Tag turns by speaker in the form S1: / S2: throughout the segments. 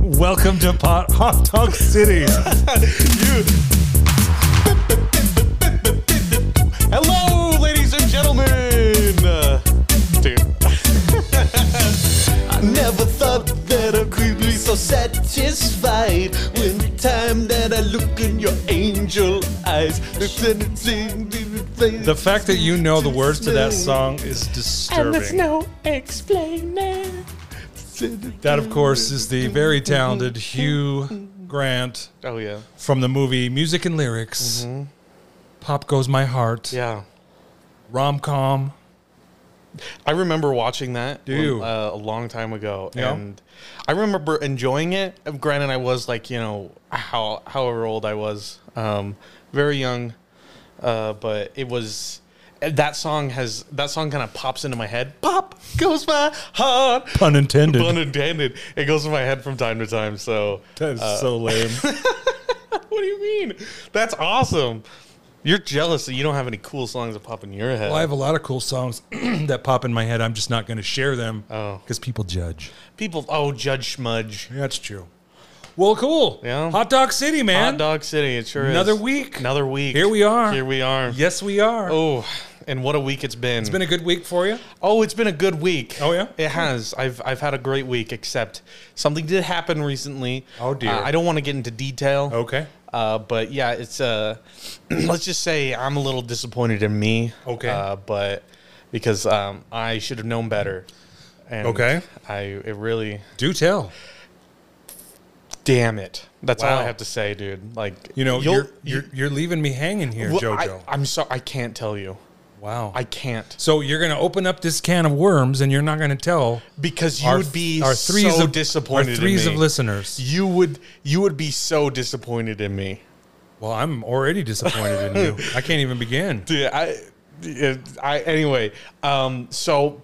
S1: Welcome to Pot Hot Dog City.
S2: you. Hello, ladies and gentlemen. Uh, dude. I never thought that I could be so satisfied with the time that I look in your angel eyes.
S1: The
S2: The
S1: fact that you know the words to that song is disturbing.
S2: no explainer.
S1: That, of course, is the very
S2: Mm-hmm.
S1: talented Hugh Grant
S2: Oh yeah,
S1: from the movie Music and Lyrics, Pop Goes My Heart,
S2: Mm-hmm. yeah.
S1: rom com.
S2: I remember watching that
S1: Do
S2: when-
S1: you?
S2: Uh, a long time ago,
S1: Yeah.
S2: and I remember enjoying it. Granted, I was like you know how however old I was, um, very young, uh, but it was eh, that song has that song kind of pops into my head. Pop goes my heart,
S1: Pun intended.
S2: pun intended. It goes in my head from time to time. So
S1: that is so lame.
S2: what do you mean? That's awesome. You're jealous that you don't have any cool songs that pop in your head.
S1: Well, I have a lot of cool songs that pop in my head. I'm just not going to share them
S2: Oh.
S1: because people judge.
S2: People, oh, Judge Smudge.
S1: That's true. Well, cool.
S2: Yeah.
S1: Hot Dog City, man.
S2: Hot Dog City. It sure
S1: Another
S2: is.
S1: week.
S2: Another week.
S1: Here we are.
S2: Here we are.
S1: Yes, we are.
S2: Oh, and what a week it's been.
S1: It's been a good week for you.
S2: oh, it's been a good week.
S1: Oh, yeah?
S2: It has. I've I've had a great week, except something did happen recently.
S1: Oh, dear.
S2: Uh, I don't want to get into detail.
S1: Okay.
S2: Uh, but yeah, it's uh, let's just say I'm a little disappointed in me.
S1: Okay.
S2: Uh, but because um, I should have known better. And
S1: Okay.
S2: I it really
S1: Do tell.
S2: damn it. That's all
S1: Wow.
S2: I have to say, dude. Like
S1: You know,
S2: you'll-
S1: you're, you're you're leaving me hanging here,
S2: Well, I-
S1: JoJo.
S2: I'm sorry. I can't tell you.
S1: wow.
S2: I can't.
S1: so you're going to open up this can of worms, and you're not going to tell
S2: because you would be so disappointed
S1: our threes
S2: in me.
S1: of listeners.
S2: you would you would be so disappointed in me
S1: Well, I'm already disappointed in you. I can't even begin.
S2: dude i it- i anyway um so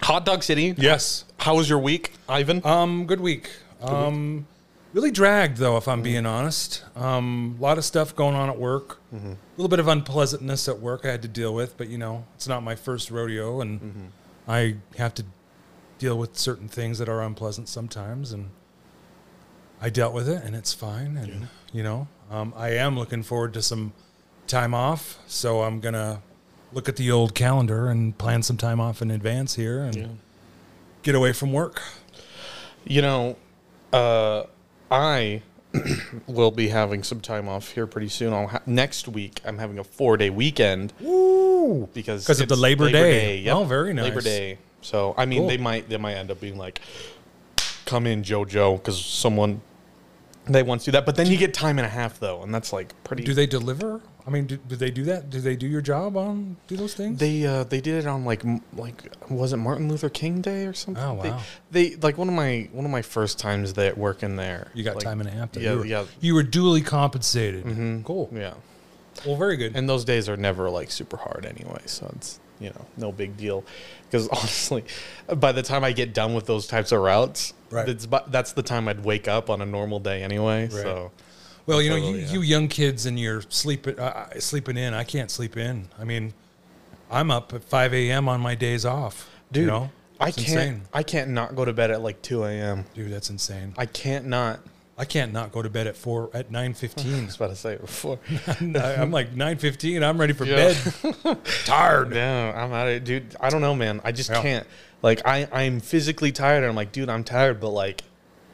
S2: hot dog city
S1: Yes.
S2: how was your week ivan
S1: Um, good week. Mm-hmm. Um, really dragged though, if I'm being honest. Um, a lot of stuff going on at work. A little bit of unpleasantness at work I had to deal with, but you know, it's not my first rodeo, and I have to deal with certain things that are unpleasant sometimes, and I dealt with it, and it's fine. And you know, um, I am looking forward to some time off, so I'm gonna look at the old calendar and plan some time off in advance here and get away from work.
S2: you know uh i will be having some time off here pretty soon I'll ha- next week i'm having a four day weekend
S1: Ooh.
S2: because
S1: 'Cause of the
S2: it's
S1: Labor Day.
S2: yep.
S1: Oh, very
S2: Labor
S1: nice.
S2: Day. So I mean,
S1: Cool.
S2: they might they might end up being like, come in JoJo because someone they want to do that. But then you get time and a half though, and that's like pretty.
S1: Do they deliver? I mean, do, do they do that? Do they do your job on do those things?
S2: they uh, they did it on like m- like was it Martin Luther King Day or something?
S1: Oh,
S2: They-
S1: wow.
S2: They, like one of my one of my first times that working there.
S1: you got
S2: Like,
S1: time and a half. there.
S2: yeah,
S1: you were,
S2: yeah. Mm-hmm.
S1: You were duly compensated. Cool.
S2: Yeah,
S1: Well, very good.
S2: and those days are never like super hard anyway, so it's you know no big deal. Because honestly, by the time I get done with those types of routes,
S1: Right.
S2: it's bu- that's the time I'd wake up on a normal day anyway. So
S1: well, you know, you,
S2: totally, yeah.
S1: you young kids and you're sleeping uh, uh, sleeping in. I can't sleep in. I mean, I'm up at 5 a.m. on my days off.
S2: dude,
S1: you know,
S2: I
S1: It's
S2: can't
S1: Insane.
S2: I can't not go to bed at like two a.m.
S1: Dude, that's insane. I,
S2: I can't not.
S1: can't not go to bed at four at nine
S2: I
S1: fifteen.
S2: was about to say it before.
S1: I'm like nine fifteen. I'm ready for
S2: Yeah.
S1: bed. Tired.
S2: no, I'm out of dude. I don't know, man. I just
S1: Yeah.
S2: can't. Like I I'm physically tired, and I'm like, dude, I'm tired, but like.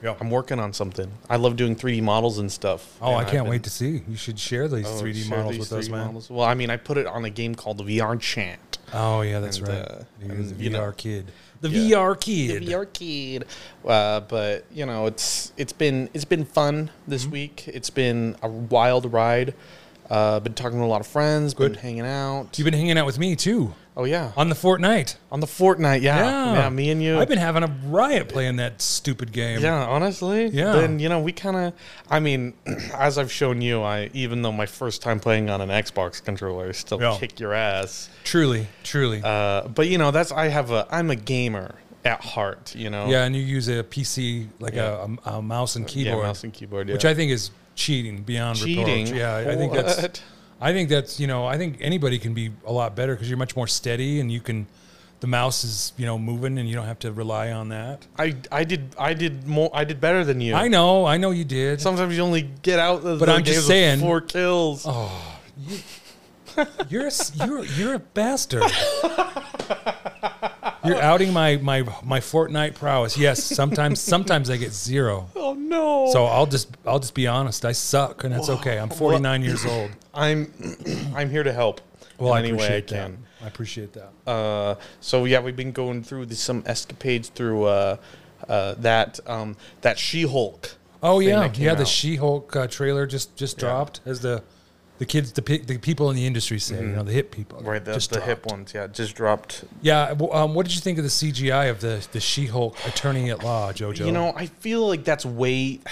S1: Yeah.
S2: I'm working on something. I love doing 3D models and stuff.
S1: Oh, I
S2: and I've
S1: can't
S2: been-
S1: wait to see. You should share these
S2: Oh,
S1: 3D
S2: share
S1: models
S2: these
S1: with us,
S2: 3D
S1: man.
S2: models. Well, I mean, I put it on a game called the VR Chant.
S1: Oh yeah, that's
S2: And,
S1: right.
S2: uh,
S1: You're
S2: and,
S1: the VR
S2: you know-
S1: kid. The
S2: Yeah.
S1: VR kid.
S2: The VR Kid. Uh, but you know, it's it's been it's been fun this
S1: Mm-hmm.
S2: week. It's been a wild ride. Uh, been talking to a lot of friends. Been hanging out.
S1: You've been hanging out with me too
S2: oh yeah,
S1: on the Fortnite.
S2: on the Fortnite. Yeah,
S1: Yeah.
S2: yeah. Me and you.
S1: I've been having a riot playing that stupid game.
S2: Yeah, honestly.
S1: Yeah.
S2: Then you know we kind of. I mean, as I've shown you, I even though my first time playing on an Xbox controller, I still
S1: Yeah.
S2: kick your ass.
S1: Truly, truly.
S2: Uh, but you know, that's I have a. I'm a gamer at heart. You know.
S1: yeah, and you use a PC like
S2: Yeah.
S1: a, a, a Uh, mouse and
S2: Yeah,
S1: keyboard,
S2: mouse and keyboard. Yeah.
S1: which I think is cheating beyond
S2: cheating.
S1: Reproach. Yeah, I think that's
S2: What?
S1: I think that's you know I think anybody can be a lot better because you're much more steady and you can the mouse is you know moving and you don't have to rely on that.
S2: I I did I did more I did better than you.
S1: I know, I know you did.
S2: Sometimes you only get out of
S1: But
S2: the
S1: I'm just
S2: games with
S1: saying- Oh.
S2: four kills.
S1: You're a, s- you're you're a bastard. You're outing my my my Fortnite prowess. Yes, sometimes sometimes I get zero.
S2: Oh, no.
S1: So I'll just I'll just be honest. I suck, and that's okay. I'm 49 years old.
S2: I'm I'm here to help.
S1: Well, I
S2: in any way I
S1: appreciate
S2: can.
S1: that. I appreciate that.
S2: Uh, so yeah, we've been going through the, some escapades through uh, uh, that um, that She Hulk.
S1: Oh yeah,
S2: that came
S1: yeah. The
S2: out.
S1: She-Hulk uh, trailer just just dropped, as the the kids, the pe- the people in the industry say, you know, the hip people,
S2: Mm-hmm. Right, the,
S1: Just
S2: the hip
S1: dropped.
S2: ones. Yeah, just dropped.
S1: Yeah. w- Um, what did you think of the CGI of the the She-Hulk attorney at law, Jojo?
S2: You know, I feel like that's way.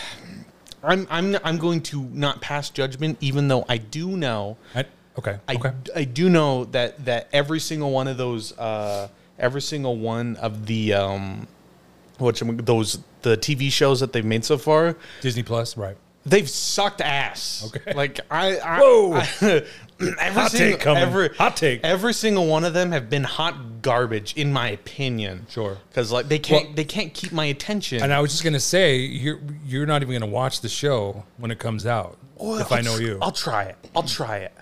S2: I'm I'm I'm going to not pass judgment, even though I do know
S1: I, okay,
S2: I,
S1: okay.
S2: I do know that that every single one of those uh, every single one of the um, what those the TV shows that they've made so far
S1: Disney Plus, right?
S2: they've sucked ass.
S1: Okay.
S2: Like I, I
S1: Whoa.
S2: I- every
S1: Hot take
S2: single,
S1: coming.
S2: Every,
S1: Hot take.
S2: Every single one of them have been hot garbage, in my opinion.
S1: Sure.
S2: Because like they can't
S1: Well-
S2: they can't keep my attention.
S1: And I was just gonna say, you're you're not even gonna watch the show when it comes out,
S2: Well,
S1: if
S2: I'll
S1: I know
S2: tr-
S1: you.
S2: I'll try it. I'll try it.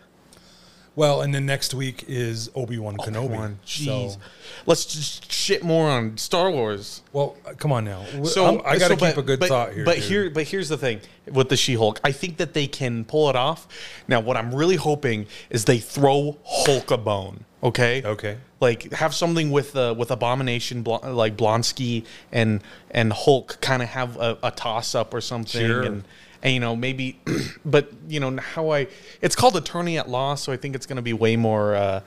S1: well, and then next week is Obi Wan Kenobi.
S2: One, jeez.
S1: So,
S2: Let's just shit more on Star Wars.
S1: well, uh, come on now. W-
S2: So
S1: I'm- I got to
S2: so,
S1: keep
S2: but-
S1: a good
S2: but-
S1: thought here.
S2: But
S1: dude.
S2: here, but here's the thing with the She-Hulk. I think that they can pull it off. Now, what I'm really hoping is they throw Hulk a bone. Okay.
S1: Okay.
S2: Like have something with uh, with Abomination, Bl- like Blonsky and and Hulk, kind of have a, a toss up or something.
S1: Sure.
S2: And, and you know maybe, but you know how I it's called Attorney at Law, so I think it's going to be way more. Uh,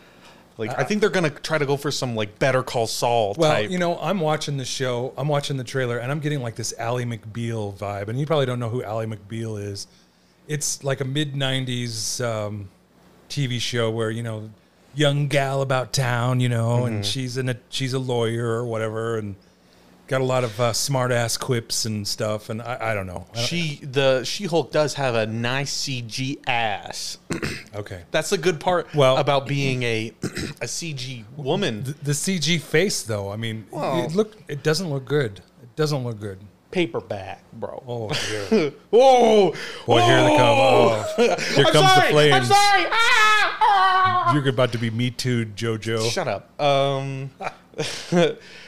S2: like I think they're going to try to go for some like Better Call Saul
S1: Well,
S2: type.
S1: you know, I'm watching the show, I'm watching the trailer, and I'm getting like this Ally McBeal vibe. And you probably don't know who Ally McBeal is. It's like a mid 90s um, TV show where, you know, young gal about town, you know,
S2: Mm-hmm.
S1: and she's, in a, she's a lawyer or whatever, and got a lot of uh, smart ass quips and stuff. And I, I don't know. I don't-
S2: She the She Hulk does have a nice CG ass.
S1: okay.
S2: That's the good part
S1: Well-
S2: about being a a CG woman.
S1: The CG face, though, I mean,
S2: Well-
S1: it, look, it doesn't look good. It doesn't look good.
S2: Paperback, bro.
S1: Oh, here.
S2: Whoa! Boy,
S1: Boy, here they come. Oh, here
S2: I'm
S1: comes
S2: sorry,
S1: the flames.
S2: I'm sorry. Ah, ah.
S1: You're about to be me too, Jojo.
S2: Shut up. Um,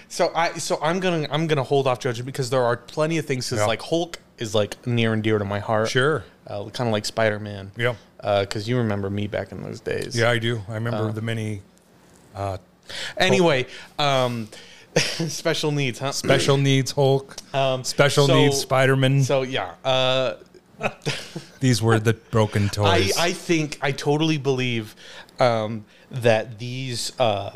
S2: so I so I'm gonna I'm gonna hold off judging because there are plenty of things. 'cause,
S1: Yeah.
S2: like Hulk is like near and dear to my heart.
S1: Sure.
S2: Uh, kind of like Spider Man.
S1: Yeah.
S2: Because you remember me back in those days.
S1: Yeah, I do. I remember
S2: Uh,
S1: the many
S2: Anyway, um, special needs, huh?
S1: special needs Hulk,
S2: Um,
S1: special
S2: so-
S1: needs Spider Man.
S2: So yeah, uh,
S1: These were the broken
S2: I
S1: toys.
S2: I think I totally believe um, that these uh,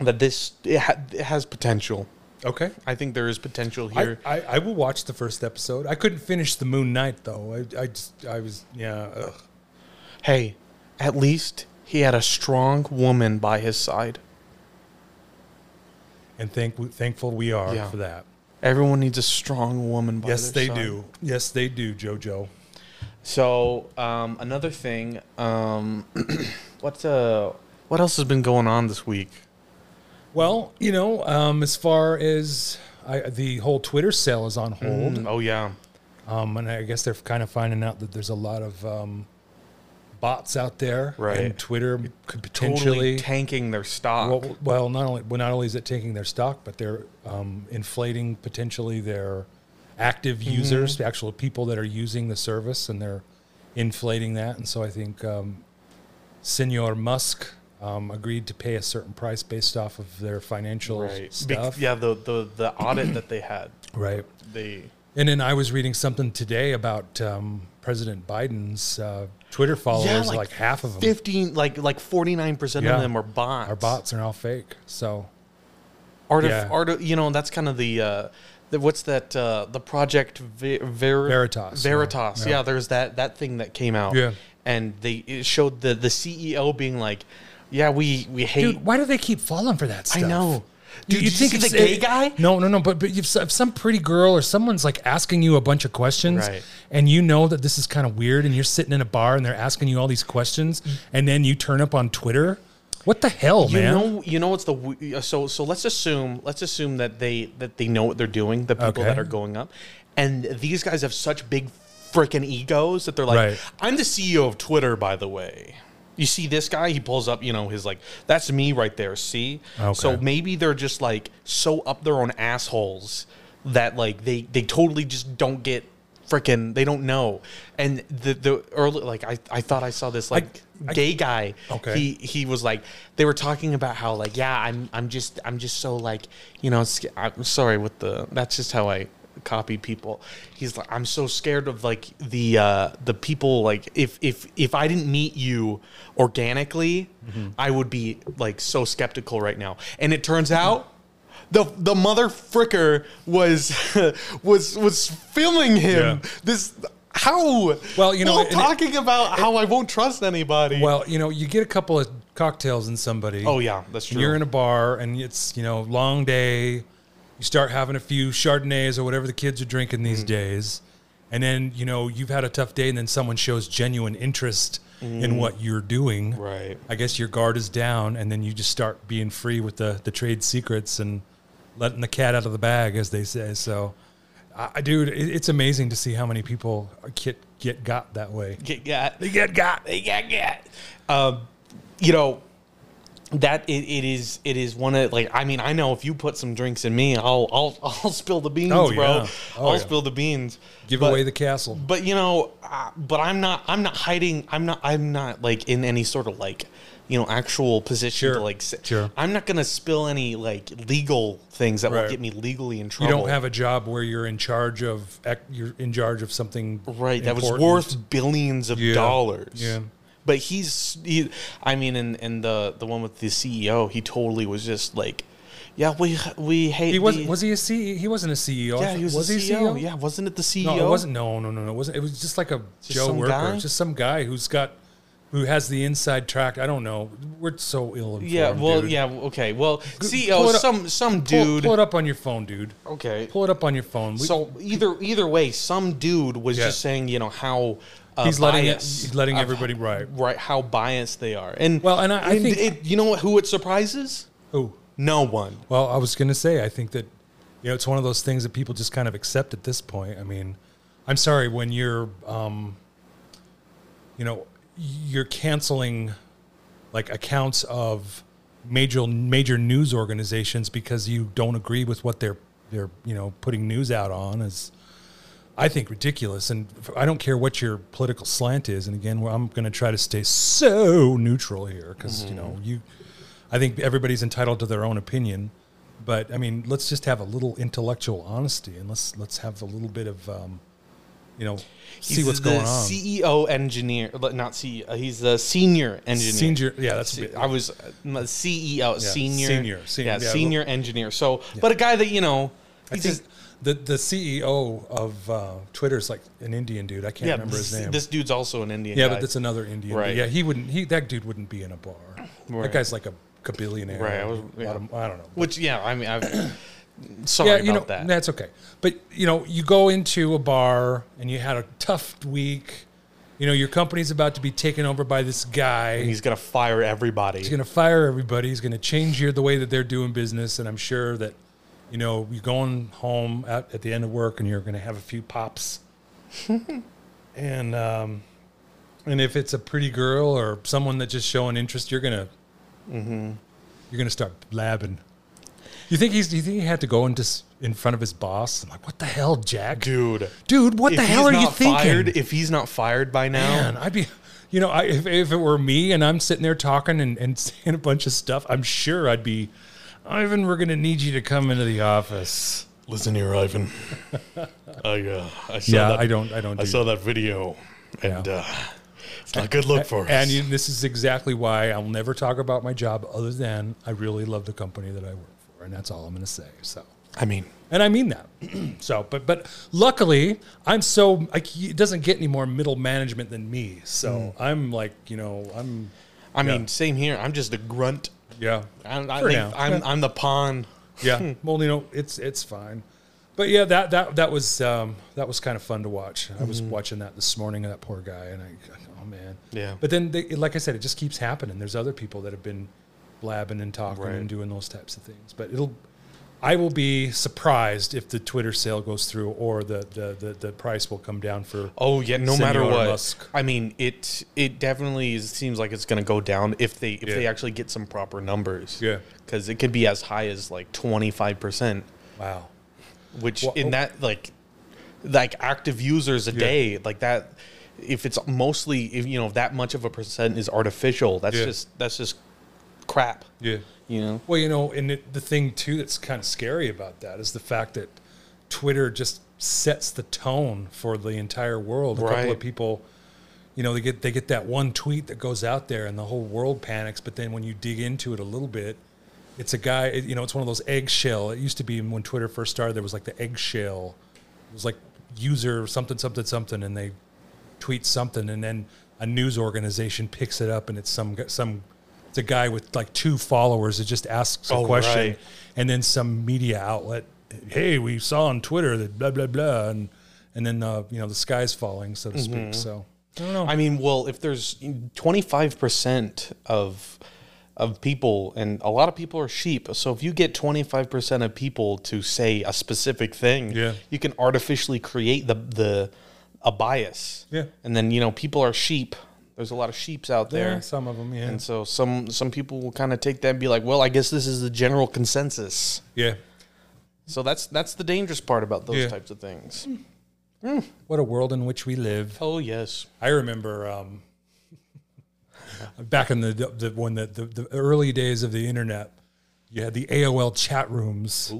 S2: that this it, ha- it has potential.
S1: okay.
S2: I think there is potential
S1: I,
S2: here.
S1: I, I will watch the first episode. I couldn't finish the Moon Knight though. I, I just I was yeah. Ugh.
S2: hey, at least he had a strong woman by his side.
S1: And thank thankful we are
S2: Yeah.
S1: for that.
S2: Everyone needs a strong woman by
S1: Yes,
S2: their
S1: they
S2: side.
S1: do. Yes, they do, Jojo.
S2: So um, another thing, um, what's uh, what else has been going on this week?
S1: Well, you know, um, as far as I, the whole Twitter sale is on hold.
S2: Oh yeah.
S1: Um, and I guess they're kind of finding out that there's a lot of um, bots out there,
S2: Right.
S1: And Twitter could
S2: totally
S1: potentially,
S2: tanking their stock.
S1: well, well, not only well, not only is it taking their stock, but they're um, inflating potentially their active
S2: Mm-hmm.
S1: users, the actual people that are using the service, and they're inflating that. And so I think um, Senor Musk um, agreed to pay a certain price based off of their financial
S2: right. Be-
S1: stuff,
S2: yeah, the, the the audit that they had,
S1: right?
S2: they
S1: And then I was reading something today about um, President Biden's uh, Twitter followers. like,
S2: like
S1: half of them
S2: fifteen like like forty nine percent
S1: Um, Yeah.
S2: of them are bots.
S1: are bots and are all fake. So
S2: Artif-
S1: Yeah.
S2: arti- you know that's kind of the. Uh, the, what's that? Uh, the project Ver- Ver-
S1: Veritas.
S2: Veritas.
S1: Yeah.
S2: Yeah. there's that that thing that came out.
S1: Yeah.
S2: and they it showed the the CEO being like, "Yeah, we we hate."
S1: dude, why do they keep falling for that
S2: I
S1: stuff?
S2: know.
S1: You-
S2: Dude,
S1: you
S2: did
S1: think
S2: you see
S1: it's
S2: the gay
S1: it-
S2: guy?
S1: No, no, no. But but if, if some pretty girl or someone's like asking you a bunch of questions,
S2: Right.
S1: and you know that this is kind of weird, and you're sitting in a bar and they're asking you all these questions, and then you turn up on Twitter What the hell,
S2: Mm. You
S1: man?
S2: know, you know what's the w- uh, so so. Let's assume let's assume that they that they know what they're doing. The people
S1: Okay.
S2: that are going up, and these guys have such big freaking egos that they're like,
S1: Right.
S2: "I'm the CEO of Twitter, by the way." You see this guy? He pulls up, you know, his like, "That's me right there." See, so
S1: Okay.
S2: maybe they're just like so up their own assholes that like they they totally just don't get freaking they don't know and the the early like i i thought i saw this like gay guy
S1: Okay.
S2: he he was like they were talking about how like yeah i'm i'm just i'm just so like you know sca- i'm sorry with the that's just how i copy people he's like i'm so scared of like the uh the people like if if if i didn't meet you organically
S1: Mm-hmm.
S2: i would be like so skeptical right now and it turns out the the mother fricker was was was filming him
S1: Yeah.
S2: this how
S1: Well, you know,
S2: while
S1: and it-
S2: talking about how i won't trust anybody
S1: well, you know, you get a couple of cocktails in somebody.
S2: Oh yeah, that's true.
S1: and you're in a bar and it's you know long day you start having a few chardonnays or whatever the kids are drinking these
S2: Mm.
S1: days and then you know you've had a tough day and then someone shows genuine interest in what you're doing
S2: Mm. Right.
S1: i guess your guard is down and then you just start being free with the, the trade secrets and letting the cat out of the bag as they say so I, I- dude it, it's amazing to see how many people get get got that way
S2: get got.
S1: they get got
S2: They got got. Um, you know that it, it is it is one of like I mean I know if you put some drinks in me I'll I'll I'll spill the beans,
S1: Oh,
S2: bro.
S1: yeah. Oh,
S2: I'll
S1: yeah.
S2: spill the beans.
S1: give
S2: But-
S1: away the castle
S2: But you know, uh, but I'm not. I'm not hiding. I'm not. I'm not like in any sort of like, you know, actual position to
S1: Sure.
S2: like. s-
S1: Sure.
S2: I'm not gonna spill any like legal things that will
S1: Right.
S2: get me legally in
S1: you
S2: trouble.
S1: don't have a job where you're in charge of ec- you're in charge of something
S2: Right, that was
S1: important.
S2: worth billions of
S1: Yeah,
S2: dollars.
S1: yeah.
S2: But he's he, I mean and and the the one with the CEO, he totally was just like, yeah, we we hate
S1: he was
S2: the,
S1: was he a CEO? he wasn't a CEO
S2: yeah, he was, the
S1: he E
S2: CEO. Yeah, wasn't it the E CEO?
S1: no it wasn't no no no no it wasn't it was just like a Joe
S2: some
S1: worker
S2: guy?
S1: It's just some guy who's got who has the inside track I don't know we're so ill informed
S2: Yeah, well,
S1: dude.
S2: yeah, okay. Well,
S1: pull
S2: CEO
S1: it up.
S2: some some
S1: Pull-
S2: dude.
S1: pull it up on your phone dude
S2: okay.
S1: pull it up on your phone We-
S2: so either either way, some dude was
S1: Yeah.
S2: just saying, you know, how uh,
S1: he's letting it,
S2: biased,
S1: he's letting
S2: of-
S1: everybody right
S2: right how biased they are. And
S1: Well, and I- I think-
S2: it, you know what who it surprises?
S1: oh
S2: No one.
S1: Well, I was going to say, I think that, you know, it's one of those things that people just kind of accept at this point. I mean, I'm sorry when you're, um, you know, you're canceling like accounts of major major news organizations because you don't agree with what they're they're you know putting news out on is I think ridiculous and f- I don't care what your political slant is and again well, I'm going to try to stay so neutral here because you know
S2: Mm-hmm.
S1: you I think everybody's entitled to their own opinion but I mean let's just have a little intellectual honesty and let's let's have a little bit of um, you know see
S2: He's
S1: what's
S2: the E
S1: going on
S2: CEO engineer, not CEO. uh, He's the senior engineer.
S1: senior yeah that's a
S2: Se-
S1: bit,
S2: I was uh, no, CEO, senior,
S1: senior, senior,
S2: yeah,
S1: yeah,
S2: senior engineer. So, but a guy that you know,
S1: I
S2: he's
S1: think
S2: just-
S1: the the CEO of uh, Twitter is like an Indian dude. I can't
S2: yeah,
S1: remember
S2: this,
S1: his name.
S2: this dude's also an Indian.
S1: yeah,
S2: guy.
S1: but that's another Indian.
S2: Right.
S1: Dude. Yeah, he wouldn't. He that dude wouldn't be in a bar.
S2: Right.
S1: That guy's like a billionaire.
S2: Right, I was- yeah.
S1: I don't know.
S2: which yeah, I mean, I've, sorry
S1: yeah,
S2: about
S1: you know
S2: that.
S1: that's okay. But you know, you go into a bar and you had a tough week. You know, your company's about to be taken over by this guy.
S2: He's gonna fire everybody.
S1: He's going to fire everybody. He's going to change your, the way that they're doing business. And I'm sure that, you know, you're going home at, at the end of work and you're going to have a few pops. and um, and if it's a pretty girl or someone that just showing interest, you're going to
S2: Mm-hmm.
S1: you're going to start blabbing. You think he's? Do you think he had to go into s- in front of his boss? I'm like, what the hell, Jack?
S2: dude.
S1: Dude, what
S2: if
S1: the hell
S2: he's
S1: are you
S2: not
S1: thinking?
S2: Fired, if he's not fired by now,
S1: Man, I'd be, you know, I, if, if it were me and I'm sitting there talking and, and saying a bunch of stuff, I'm sure I'd be, Ivan, we're going to need you to come into the office.
S2: listen here, Ivan. I uh, I saw
S1: Yeah,
S2: that,
S1: I don't, I don't.
S2: I
S1: do
S2: saw that video, and uh, it's not a good look for us.
S1: And you, this is exactly why I'll never talk about my job other than I really love the company that I work for, and that's all I'm going to say. So.
S2: I mean,
S1: And I mean that. so, but but luckily, I'm so like it doesn't get any more middle management than me. So
S2: Hmm.
S1: I'm like, you know, I'm
S2: I mean, same here. I'm just a grunt.
S1: yeah.
S2: I, I
S1: For
S2: think
S1: now.
S2: I'm I'm the pawn.
S1: Yeah. well, you know, it's it's fine. But yeah, that that that was um, that was kind of fun to watch. I
S2: Mm-hmm.
S1: was watching that this morning, that poor guy, and I, oh man.
S2: Yeah.
S1: But then, they, like I said, it just keeps happening. There's other people that have been blabbing and talking
S2: Right.
S1: and doing those types of things. But it'll, I will be surprised if the Twitter sale goes through or the the the, the price will come down for.
S2: Oh yeah, no matter
S1: Senor
S2: what.
S1: Musk.
S2: I mean, it it definitely is, seems like it's going to go down if they if
S1: Yeah.
S2: they actually get some proper numbers.
S1: Yeah.
S2: because it could be as high as like twenty five percent,
S1: Wow.
S2: which
S1: Well, oh.
S2: in that like like active users a
S1: Yeah.
S2: day like that. If it's mostly if you know if that much of a percent is artificial, that's
S1: Yeah.
S2: just that's just crap.
S1: Yeah.
S2: You know.
S1: Well, you know, and it, the thing too that's kind of scary about that is the fact that Twitter just sets the tone for the entire world. A couple
S2: Right.
S1: of people, you know, they get they get that one tweet that goes out there and the whole world panics. But then when you dig into it a little bit, it's a guy. It, you know, it's one of those eggshell. It used to be when Twitter first started, there was like the eggshell. It was like user something something something, and they tweet something, and then a news organization picks it up, and it's some gu- some it's a guy with like two followers that just asks a
S2: Oh,
S1: question,
S2: right.
S1: and then some media outlet, hey, we saw on Twitter that blah blah blah, and and then uh, you know the sky's falling, so to speak. So I don't know.
S2: I mean, well, if there's 25% of of people and a lot of people are sheep. So if you get 25% of people to say a specific thing,
S1: Yeah.
S2: you can artificially create the the a bias.
S1: Yeah.
S2: And then, you know, people are sheep. There's a lot of sheeps out there.
S1: Yeah, some of them, yeah,
S2: And so some some people will kind of take that and be like, "Well, I guess this is the general consensus."
S1: yeah.
S2: So that's that's the dangerous part about those
S1: Yeah.
S2: types of things.
S1: What a world in which we live.
S2: Oh, yes.
S1: I remember um, back in the, the when the, the the early days of the internet, you had the AOL chat rooms,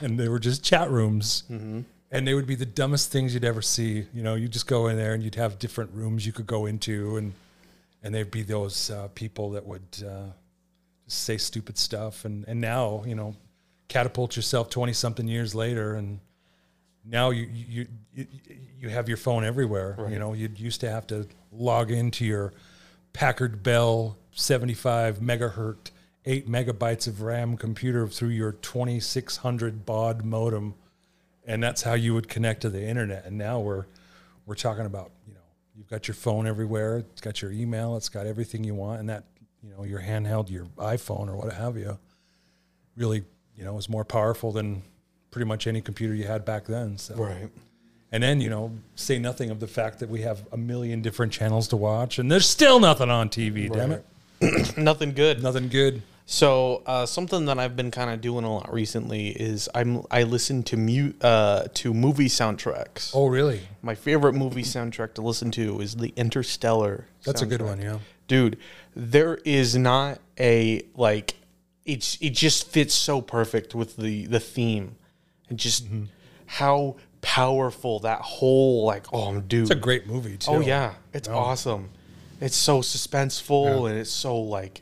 S1: and they were just chat rooms, and they would be the dumbest things you'd ever see. You know, you just go in there and you'd have different rooms you could go into, and and there'd be those uh, people that would uh, just say stupid stuff, and and now you know, catapult yourself twenty something years later, and now you you you, you have your phone everywhere. You know, you used to have to log into your Packard Bell 75 megahertz, eight megabytes of RAM computer through your 2600 baud modem, and that's how you would connect to the internet. And now we're we're talking about you know you've got your phone everywhere. It's got your email. It's got everything you want, and that you know your handheld, your iPhone or what have you really, you know, was more powerful than pretty much any computer you had back then. So,
S2: Right.
S1: and then you know, say nothing of the fact that we have a million different channels to watch, and there's still nothing on TV. Damn it,
S2: Nothing good.
S1: nothing good.
S2: So uh, something that I've been kind of doing a lot recently is I'm I listen to mute uh, to movie soundtracks.
S1: Oh, really?
S2: My favorite movie soundtrack to listen to is the Interstellar.
S1: That's a good
S2: soundtrack.
S1: one. Yeah.
S2: dude. There is not a like. It's it just fits so perfect with the the theme, and just
S1: Mm-hmm.
S2: how powerful that whole like oh dude
S1: It's a great movie too.
S2: Oh yeah, it's awesome. It's so suspenseful and it's so like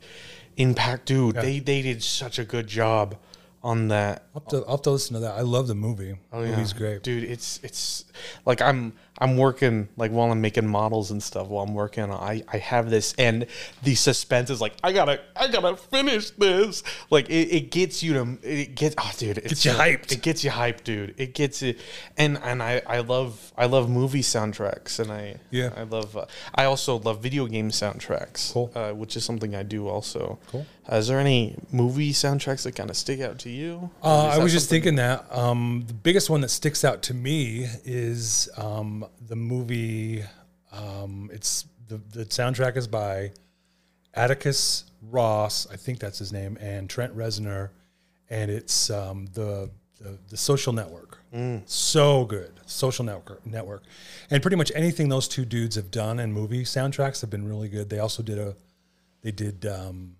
S2: impact, dude. They they did such a good job on that.
S1: I'll have, to, I'll have to listen to that. I love the movie. Oh,
S2: Yeah.
S1: Movie's great.
S2: dude. It's it's like I'm I'm working like while I'm making models and stuff. While I'm working, I I have this and the suspense is like I gotta I gotta finish this. Like it, it gets you to it gets oh dude it's
S1: Gets you
S2: so-
S1: hyped.
S2: It gets you hyped, dude. It gets it and and I I love I love movie soundtracks and I
S1: Yeah.
S2: I love uh, I also love video game soundtracks.
S1: Cool.
S2: Uh, which is something I do also.
S1: Cool.
S2: Uh, is there any movie soundtracks that kind of stick out to you?
S1: Uh,
S2: Or is
S1: I
S2: that
S1: was just
S2: something-
S1: thinking that um, the biggest one that sticks out to me is um, the movie. Um, it's the the soundtrack is by Atticus Ross, I think that's his name, and Trent Reznor, and it's um, the, the the Social Network.
S2: Mm.
S1: So good, Social Network Network, and pretty much anything those two dudes have done in movie soundtracks have been really good. They also did a they did um,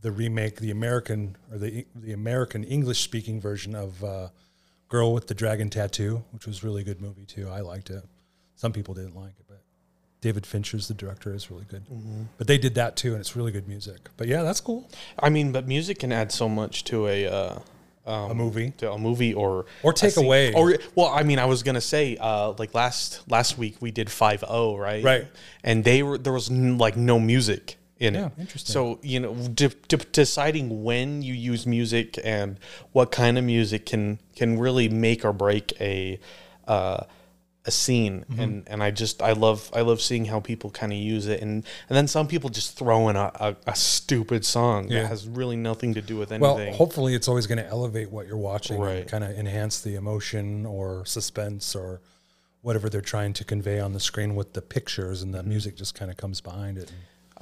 S1: the remake, the American or the the American English speaking version of uh, Girl with the Dragon Tattoo, which was a really good movie too. I liked it. Some people didn't like it, but David Fincher's the director is really good. But they did that too, and it's really good music. But yeah, that's cool.
S2: I mean, but music can add so much to a uh, um,
S1: A movie.
S2: to a movie or
S1: Or
S2: a
S1: take
S2: scene.
S1: away.
S2: Or well, I mean, I was gonna say uh, like last last week we did Five O, right?
S1: Right.
S2: And they were there was n- like no music in it.
S1: Yeah, interesting.
S2: So you know, de- de- deciding when you use music and what kind of music can can really make or break a. Uh, a scene
S1: Mm-hmm.
S2: and and i just i love i love seeing how people kind of use it and and then some people just throw in a, a, a stupid song
S1: Yeah.
S2: that has really nothing to do with
S1: Well,
S2: anything
S1: hopefully, it's always going to elevate what you're watching,
S2: Right.
S1: and kind of enhance the emotion or suspense or whatever they're trying to convey on the screen with the pictures, and the music just kind of comes behind it.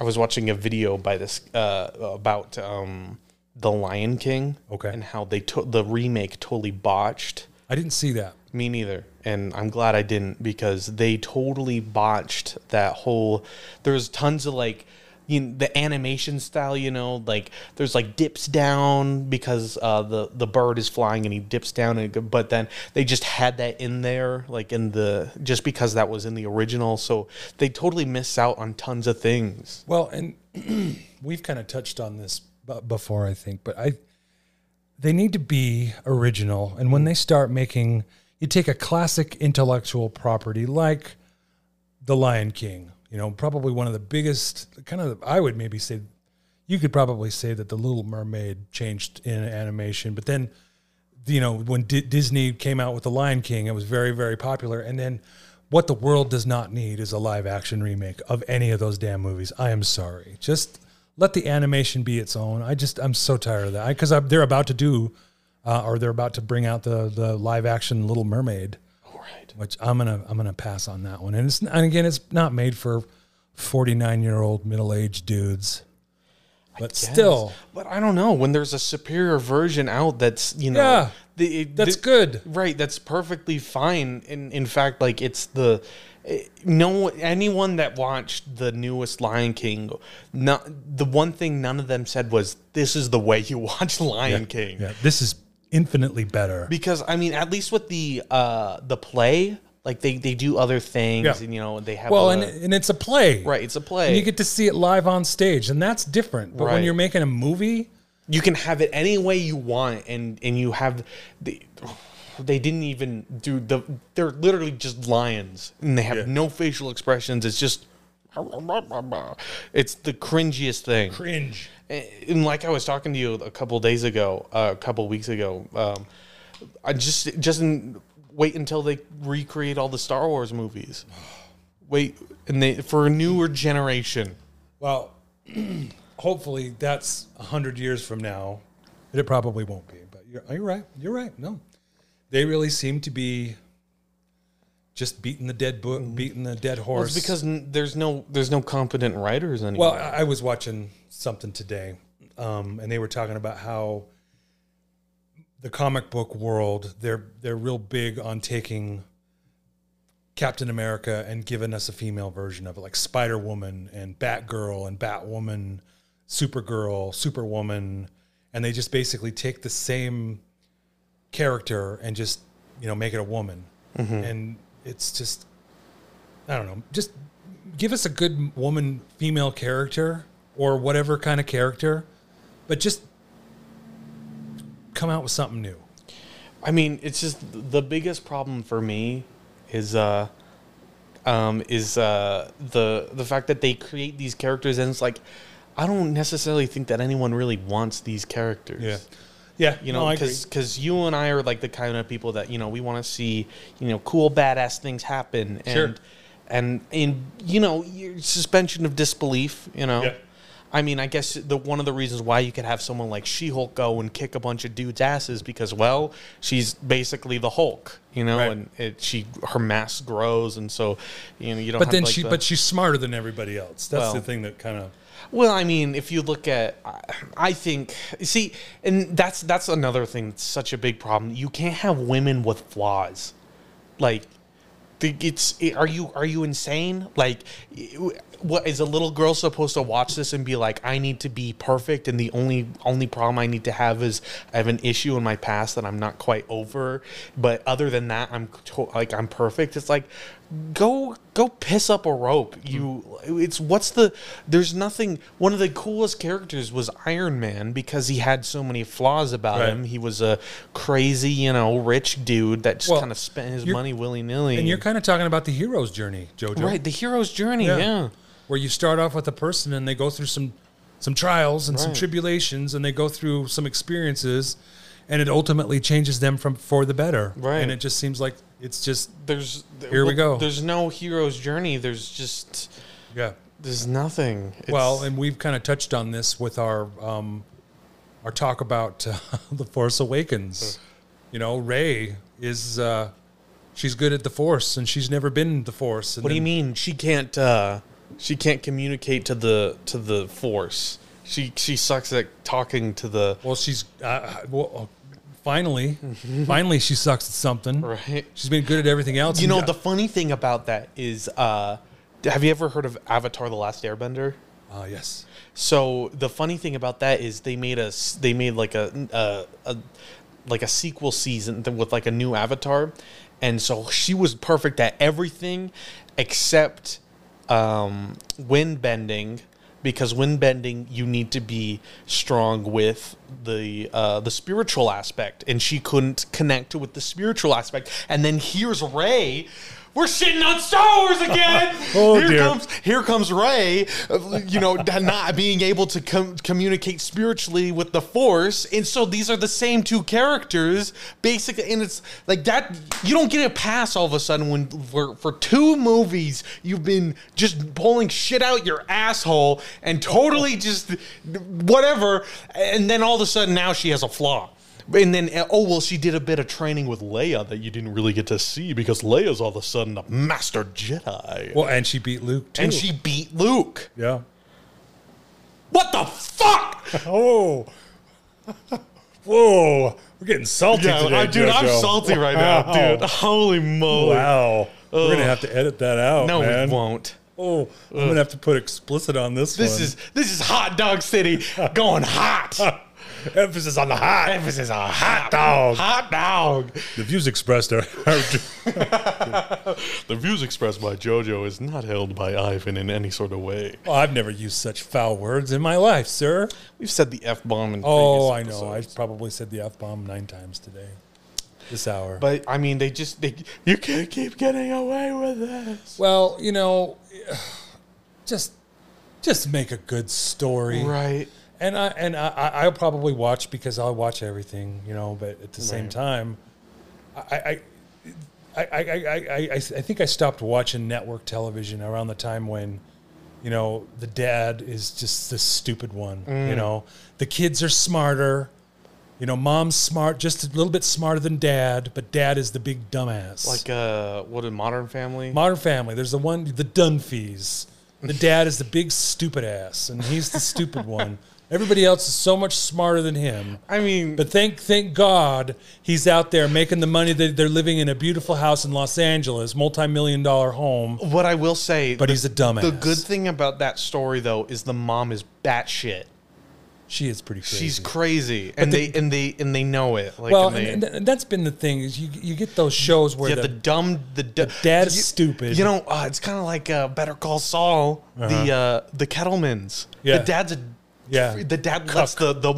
S2: I was watching a video by this uh, about um, the Lion King,
S1: Okay.
S2: and how they to- the remake totally botched.
S1: I didn't see that.
S2: Me neither, and I'm glad I didn't because they totally botched that whole. There's tons of like. You know, the animation style, you know, like there's like dips down because uh, the the bird is flying and he dips down, and it go- but then they just had that in there, like in the just because that was in the original, so they totally miss out on tons of things.
S1: Well, and we've kind of touched on this b- before, I think, but I they need to be original. And when they start making, you take a classic intellectual property like The Lion King, you know, probably one of the biggest, kind of, I would maybe say, you could probably say that The Little Mermaid changed in animation, but then you know when D- Disney came out with The Lion King, it was very very popular. And then what the world does not need is a live action remake of any of those damn movies. I am sorry, just let the animation be its own. I just I'm so tired of that because they're about to do uh, or they're about to bring out the the live action Little Mermaid,
S2: All right.
S1: which I'm gonna I'm gonna pass on that one. And it's and again it's not made for 49 year old middle aged dudes. But still,
S2: But I don't know when there's a superior version out that's you know
S1: Yeah.
S2: the, it-
S1: that's
S2: the-
S1: good.
S2: right that's perfectly fine in in fact like it's the eh, no anyone that watched the newest Lion King not the one thing none of them said was this is the way you watch Lion King
S1: Yeah, this is infinitely better.
S2: because I mean at least with the uh the play like they they do other things
S1: Yeah.
S2: and you know they have
S1: Well,
S2: a-
S1: and, and it's a play.
S2: right it's a play
S1: And you get to see it live on stage, and that's different. But
S2: Right.
S1: when you're making a movie,
S2: you can have it any way you want and and you have the they didn't even do the they're literally just lions and they have no facial expressions it's just it's the cringiest thing
S1: cringe.
S2: and like I was talking to you a couple days ago, uh, a couple weeks ago, um, I just just n- wait until they recreate all the Star Wars movies. Wait, and they for a newer generation.
S1: Well, hopefully that's 100 years from now. It probably won't be, but you're, you're right. You're right. No. They really seem to be just beating the dead book, beating the dead horse.
S2: It's because n- there's no there's no competent writers anymore.
S1: Well, I I was watching something today, um, and they were talking about how the comic book world they're they're real big on taking Captain America and giving us a female version of it, like Spider Woman and Batgirl and Batwoman, Supergirl, Superwoman, and they just basically take the same character and just you know make it a woman, and it's just I don't know, just give us a good woman female character or whatever kind of character, but just come out with something new.
S2: I mean, it's just the biggest problem for me is uh um is uh the the fact that they create these characters and it's like I don't necessarily think that anyone really wants these characters.
S1: Yeah.
S2: You know, because you and I are like the kind of people that you know we want to see you know cool badass things happen and
S1: Sure.
S2: and in you know your suspension of disbelief. You know,
S1: Yeah.
S2: I mean, I guess the one of the reasons why you could have someone like She Hulk go and kick a bunch of dudes' asses because well, she's basically the Hulk. You know,
S1: Right.
S2: and it, she her mass grows, and so you know you don't.
S1: But
S2: have,
S1: then
S2: like,
S1: she,
S2: the-
S1: but she's smarter than everybody else. That's the
S2: Well.
S1: thing that kind of.
S2: well, I mean, if you look at, I- I think, see, and that's that's another thing that's such a big problem. You can't have women with flaws, like. the- It's it- are you are you insane? Like, you- what is a little girl supposed to watch this and be like? I need to be perfect, and the only only problem I need to have is I have an issue in my past that I'm not quite over. But other than that, I'm to- like I'm perfect. It's like, go go piss up a rope. You, it's what's the there's nothing. One of the coolest characters was Iron Man because he had so many flaws about
S1: Right.
S2: him. He was a crazy, you know, rich dude that just
S1: Well,
S2: kind of spent his
S1: you're-
S2: money willy nilly.
S1: And you're kind of talking about the hero's journey, Jojo.
S2: right, the hero's journey. Yeah.
S1: Where you start off with a person and they go through some some trials and some
S2: Right.
S1: tribulations and they go through some experiences and it ultimately changes them from for the better.
S2: Right.
S1: And it just seems like it's just
S2: There's
S1: Here we go.
S2: There's no hero's journey. There's just
S1: yeah.
S2: there's nothing. It's-
S1: well, and we've kind of touched on this with our um, our talk about uh, the Force
S2: Hmm.
S1: Awakens. You know, Ray is uh, she's good at the Force, and she's never been the Force. And
S2: what do you
S1: then-
S2: mean she can't? uh She can't communicate to the to the force. She she sucks at talking to the
S1: Well, she's uh, well, finally, finally, she sucks at something.
S2: Mm-hmm. right.
S1: She's been good at everything else.
S2: You know,
S1: and-
S2: the funny thing about that is, uh, have you ever heard of Avatar: The Last Airbender?
S1: uh, yes,
S2: So the funny thing about that is they made a s- they made like a a, a like a sequel season th- with like a new Avatar, and so she was perfect at everything except um, wind bending because wind bending you need to be strong with the uh, the spiritual aspect and she couldn't connect with the spiritual aspect and then here's Ray we're shitting on Star Wars again
S1: Oh,
S2: here
S1: dear.
S2: comes here comes Ray you know not being able to com- communicate spiritually with the force and so these are the same two characters basically and it's like that you don't get a pass all of a sudden when for, for two movies you've been just pulling shit out your asshole and totally just whatever and then all of a sudden now she has a flaw and then, uh, oh well, she did a bit of training with Leia that you didn't really get to see because Leia's all of a sudden a master Jedi.
S1: well, and she beat Luke too.
S2: And she beat Luke.
S1: yeah.
S2: What the fuck?
S1: Oh. Whoa. We're getting salty
S2: Yeah,
S1: today,
S2: I- dude, I'm
S1: Jojo.
S2: salty right now,
S1: Wow.
S2: dude. Holy moly!
S1: Wow. We're going to have to edit that out,
S2: No,
S1: man.
S2: we won't.
S1: Oh, I'm going to have to put explicit on this,
S2: This
S1: one.
S2: is this is hot dog city going hot.
S1: emphasis on the hot.
S2: Emphasis on hot
S1: dog.
S2: Hot dog.
S1: The views expressed are.
S2: The views expressed by JoJo is not held by Ivan in any sort of way.
S1: Well, I've never used such foul words in my life, sir.
S2: We've said the f bomb in
S1: Oh, I
S2: previous
S1: know.
S2: episodes.
S1: I've probably said the F bomb nine times today, this hour.
S2: But I mean, they just they you can't keep getting away with this.
S1: well, you know, just just make a good story.
S2: Right.
S1: And I and I- I I'll probably watch because I'll watch everything, you know. But at the same
S2: Right.
S1: time, I. I I, I, I, I, I I think I stopped watching network television around the time when, you know, the dad is just the stupid one.
S2: Mm.
S1: You know, the kids are smarter. You know, mom's smart, just a little bit smarter than dad, but dad is the big dumbass.
S2: Like uh what a modern family.
S1: Modern Family. There's the one, the Dunphys. The dad is the big stupid ass, and he's the stupid one. Everybody else is so much smarter than him.
S2: I mean
S1: But thank thank God he's out there making the money that they're living in a beautiful house in Los Angeles, multi million dollar home.
S2: what I will say
S1: But he's a dumbass.
S2: The good thing about that story, though, is the mom is batshit.
S1: she is pretty crazy.
S2: She's crazy, and
S1: the-
S2: they and they and they know it. Like,
S1: well,
S2: and they,
S1: and, and that's been the thing is you you get those shows where
S2: you
S1: the,
S2: have the dumb, the, d-
S1: dad is
S2: you-
S1: stupid. Uh-huh.
S2: You know, uh, it's kind of like uh, Better Call Saul, the uh, the Kettlemans.
S1: Yeah.
S2: The dad's a
S1: Yeah.
S2: The dad lets the the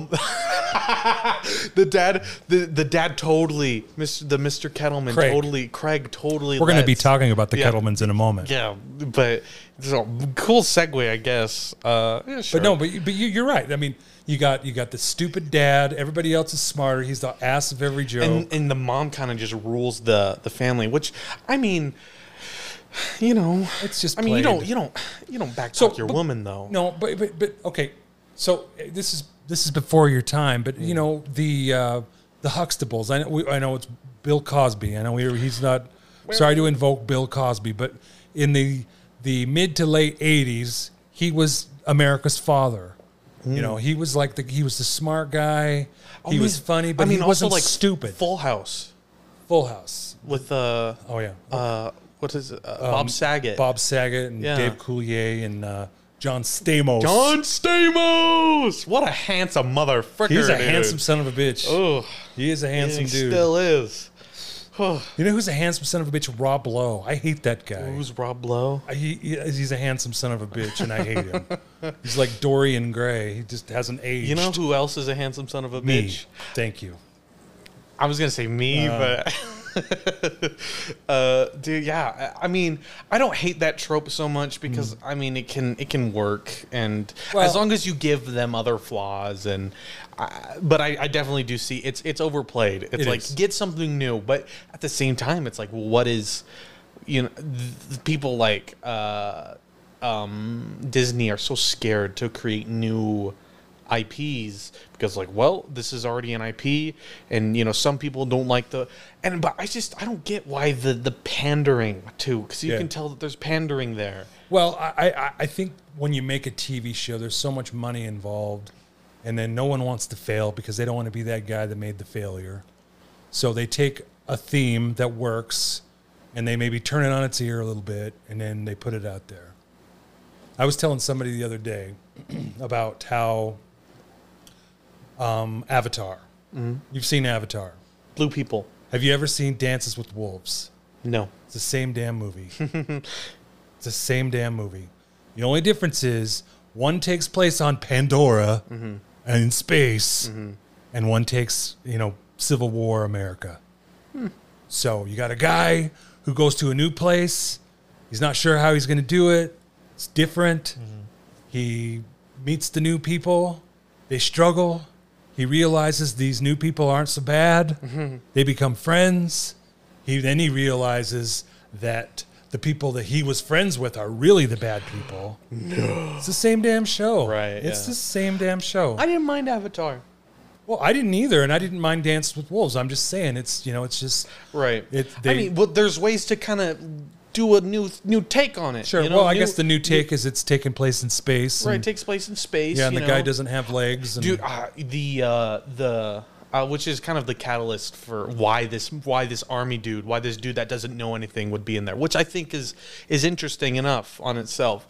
S2: the dad the, the dad totally Mr. the Mr. Kettleman
S1: Craig.
S2: totally Craig totally.
S1: we're going to be
S2: lets-
S1: talking about the
S2: Yeah.
S1: Kettlemans in a moment.
S2: Yeah, but so cool segue, I guess. Uh, yeah, sure.
S1: But no, but you- but you, you're right. I mean, you got you got the stupid dad. Everybody else is smarter. He's the ass of every joke.
S2: and and the mom kind of just rules the the family, which I mean, you know,
S1: It's just
S2: I mean, you
S1: played.
S2: don't you don't you don't backtalk
S1: So,
S2: your
S1: but-
S2: woman though.
S1: no, but but but okay. So eh, this is this is before your time, but
S2: Mm.
S1: you know the uh, the Huxtables. I know we, I know it's Bill Cosby. I know we, he's not. sorry to invoke Bill Cosby, but in the the mid to late '80s, he was America's father. You know, he was like the he was the smart guy.
S2: Mm. Oh,
S1: he was
S2: man.
S1: funny, but he wasn't stupid. Full,
S2: Full House
S1: House.
S2: with uh
S1: Oh yeah.
S2: uh what is it uh, Bob Saget,
S1: Bob Saget and
S2: Yeah.
S1: Dave Coulier and uh, John Stamos.
S2: John Stamos. What a handsome motherfucker!
S1: He's a
S2: dude.
S1: handsome son of a bitch.
S2: Oh,
S1: He is a handsome
S2: he
S1: dude.
S2: still is.
S1: you know who's a handsome son of a bitch? Rob Lowe. I hate that guy.
S2: Who's Rob Lowe?
S1: He, he- he's a handsome son of a bitch, and I hate him. he's like Dorian Gray. He just hasn't aged.
S2: You know who else is a handsome son of a
S1: me.
S2: bitch?
S1: Thank you.
S2: I was gonna say me, but uh, dude, yeah. I I mean, I don't hate that trope so much because I mean it can it can work, and
S1: Mm. Well-
S2: as long as you give them other flaws, and I, but I, I definitely do see it's it's overplayed.
S1: It
S2: It's like
S1: is.
S2: get something new, but at the same time, it's like well, what is you know th- th- people like uh, um, Disney are so scared to create new. IPs because like well this is already an IP and you know some people don't like the and but I just I don't get why the the pandering too because you
S1: Yeah.
S2: can tell that there's pandering there
S1: Well, I, I, I think when you make a TV show, there's so much money involved, and then no one wants to fail because they don't want to be that guy that made the failure. So they take a theme that works and they maybe turn it on its ear a little bit and then they put it out there. I was telling somebody the other day about how um, Avatar. You've seen Avatar.
S2: blue people
S1: Have you ever seen Dances with Wolves?
S2: no
S1: It's the same damn movie. it's the same damn movie. The only difference is one takes place on Pandora and in space,
S2: Mm-hmm.
S1: and one takes, you know, Civil War America.
S2: Hmm.
S1: So you got a guy who goes to a new place. He's not sure how he's going to do it. It's different.
S2: Mm-hmm.
S1: He meets the new people. They struggle. He realizes these new people aren't so bad.
S2: Mm-hmm.
S1: They become friends. He then he realizes that the people that he was friends with are really the bad people. It's the same damn show.
S2: Right,
S1: It's
S2: yeah.
S1: the same damn show.
S2: I didn't mind Avatar
S1: well, I didn't either, and I didn't mind Dance with Wolves. I'm just saying it's you know, it's just
S2: right
S1: It- they-
S2: I mean well there's ways to kind of do a new new take on it
S1: Sure.
S2: you know,
S1: well, I
S2: new-
S1: guess the new take is it's taking place in space.
S2: right
S1: and-
S2: takes place in space
S1: yeah, and
S2: you
S1: the guy
S2: know.
S1: doesn't have legs. And,
S2: dude uh, the uh the uh, which is kind of the catalyst for why this why this army dude why this dude that doesn't know anything would be in there which i think is is interesting enough on itself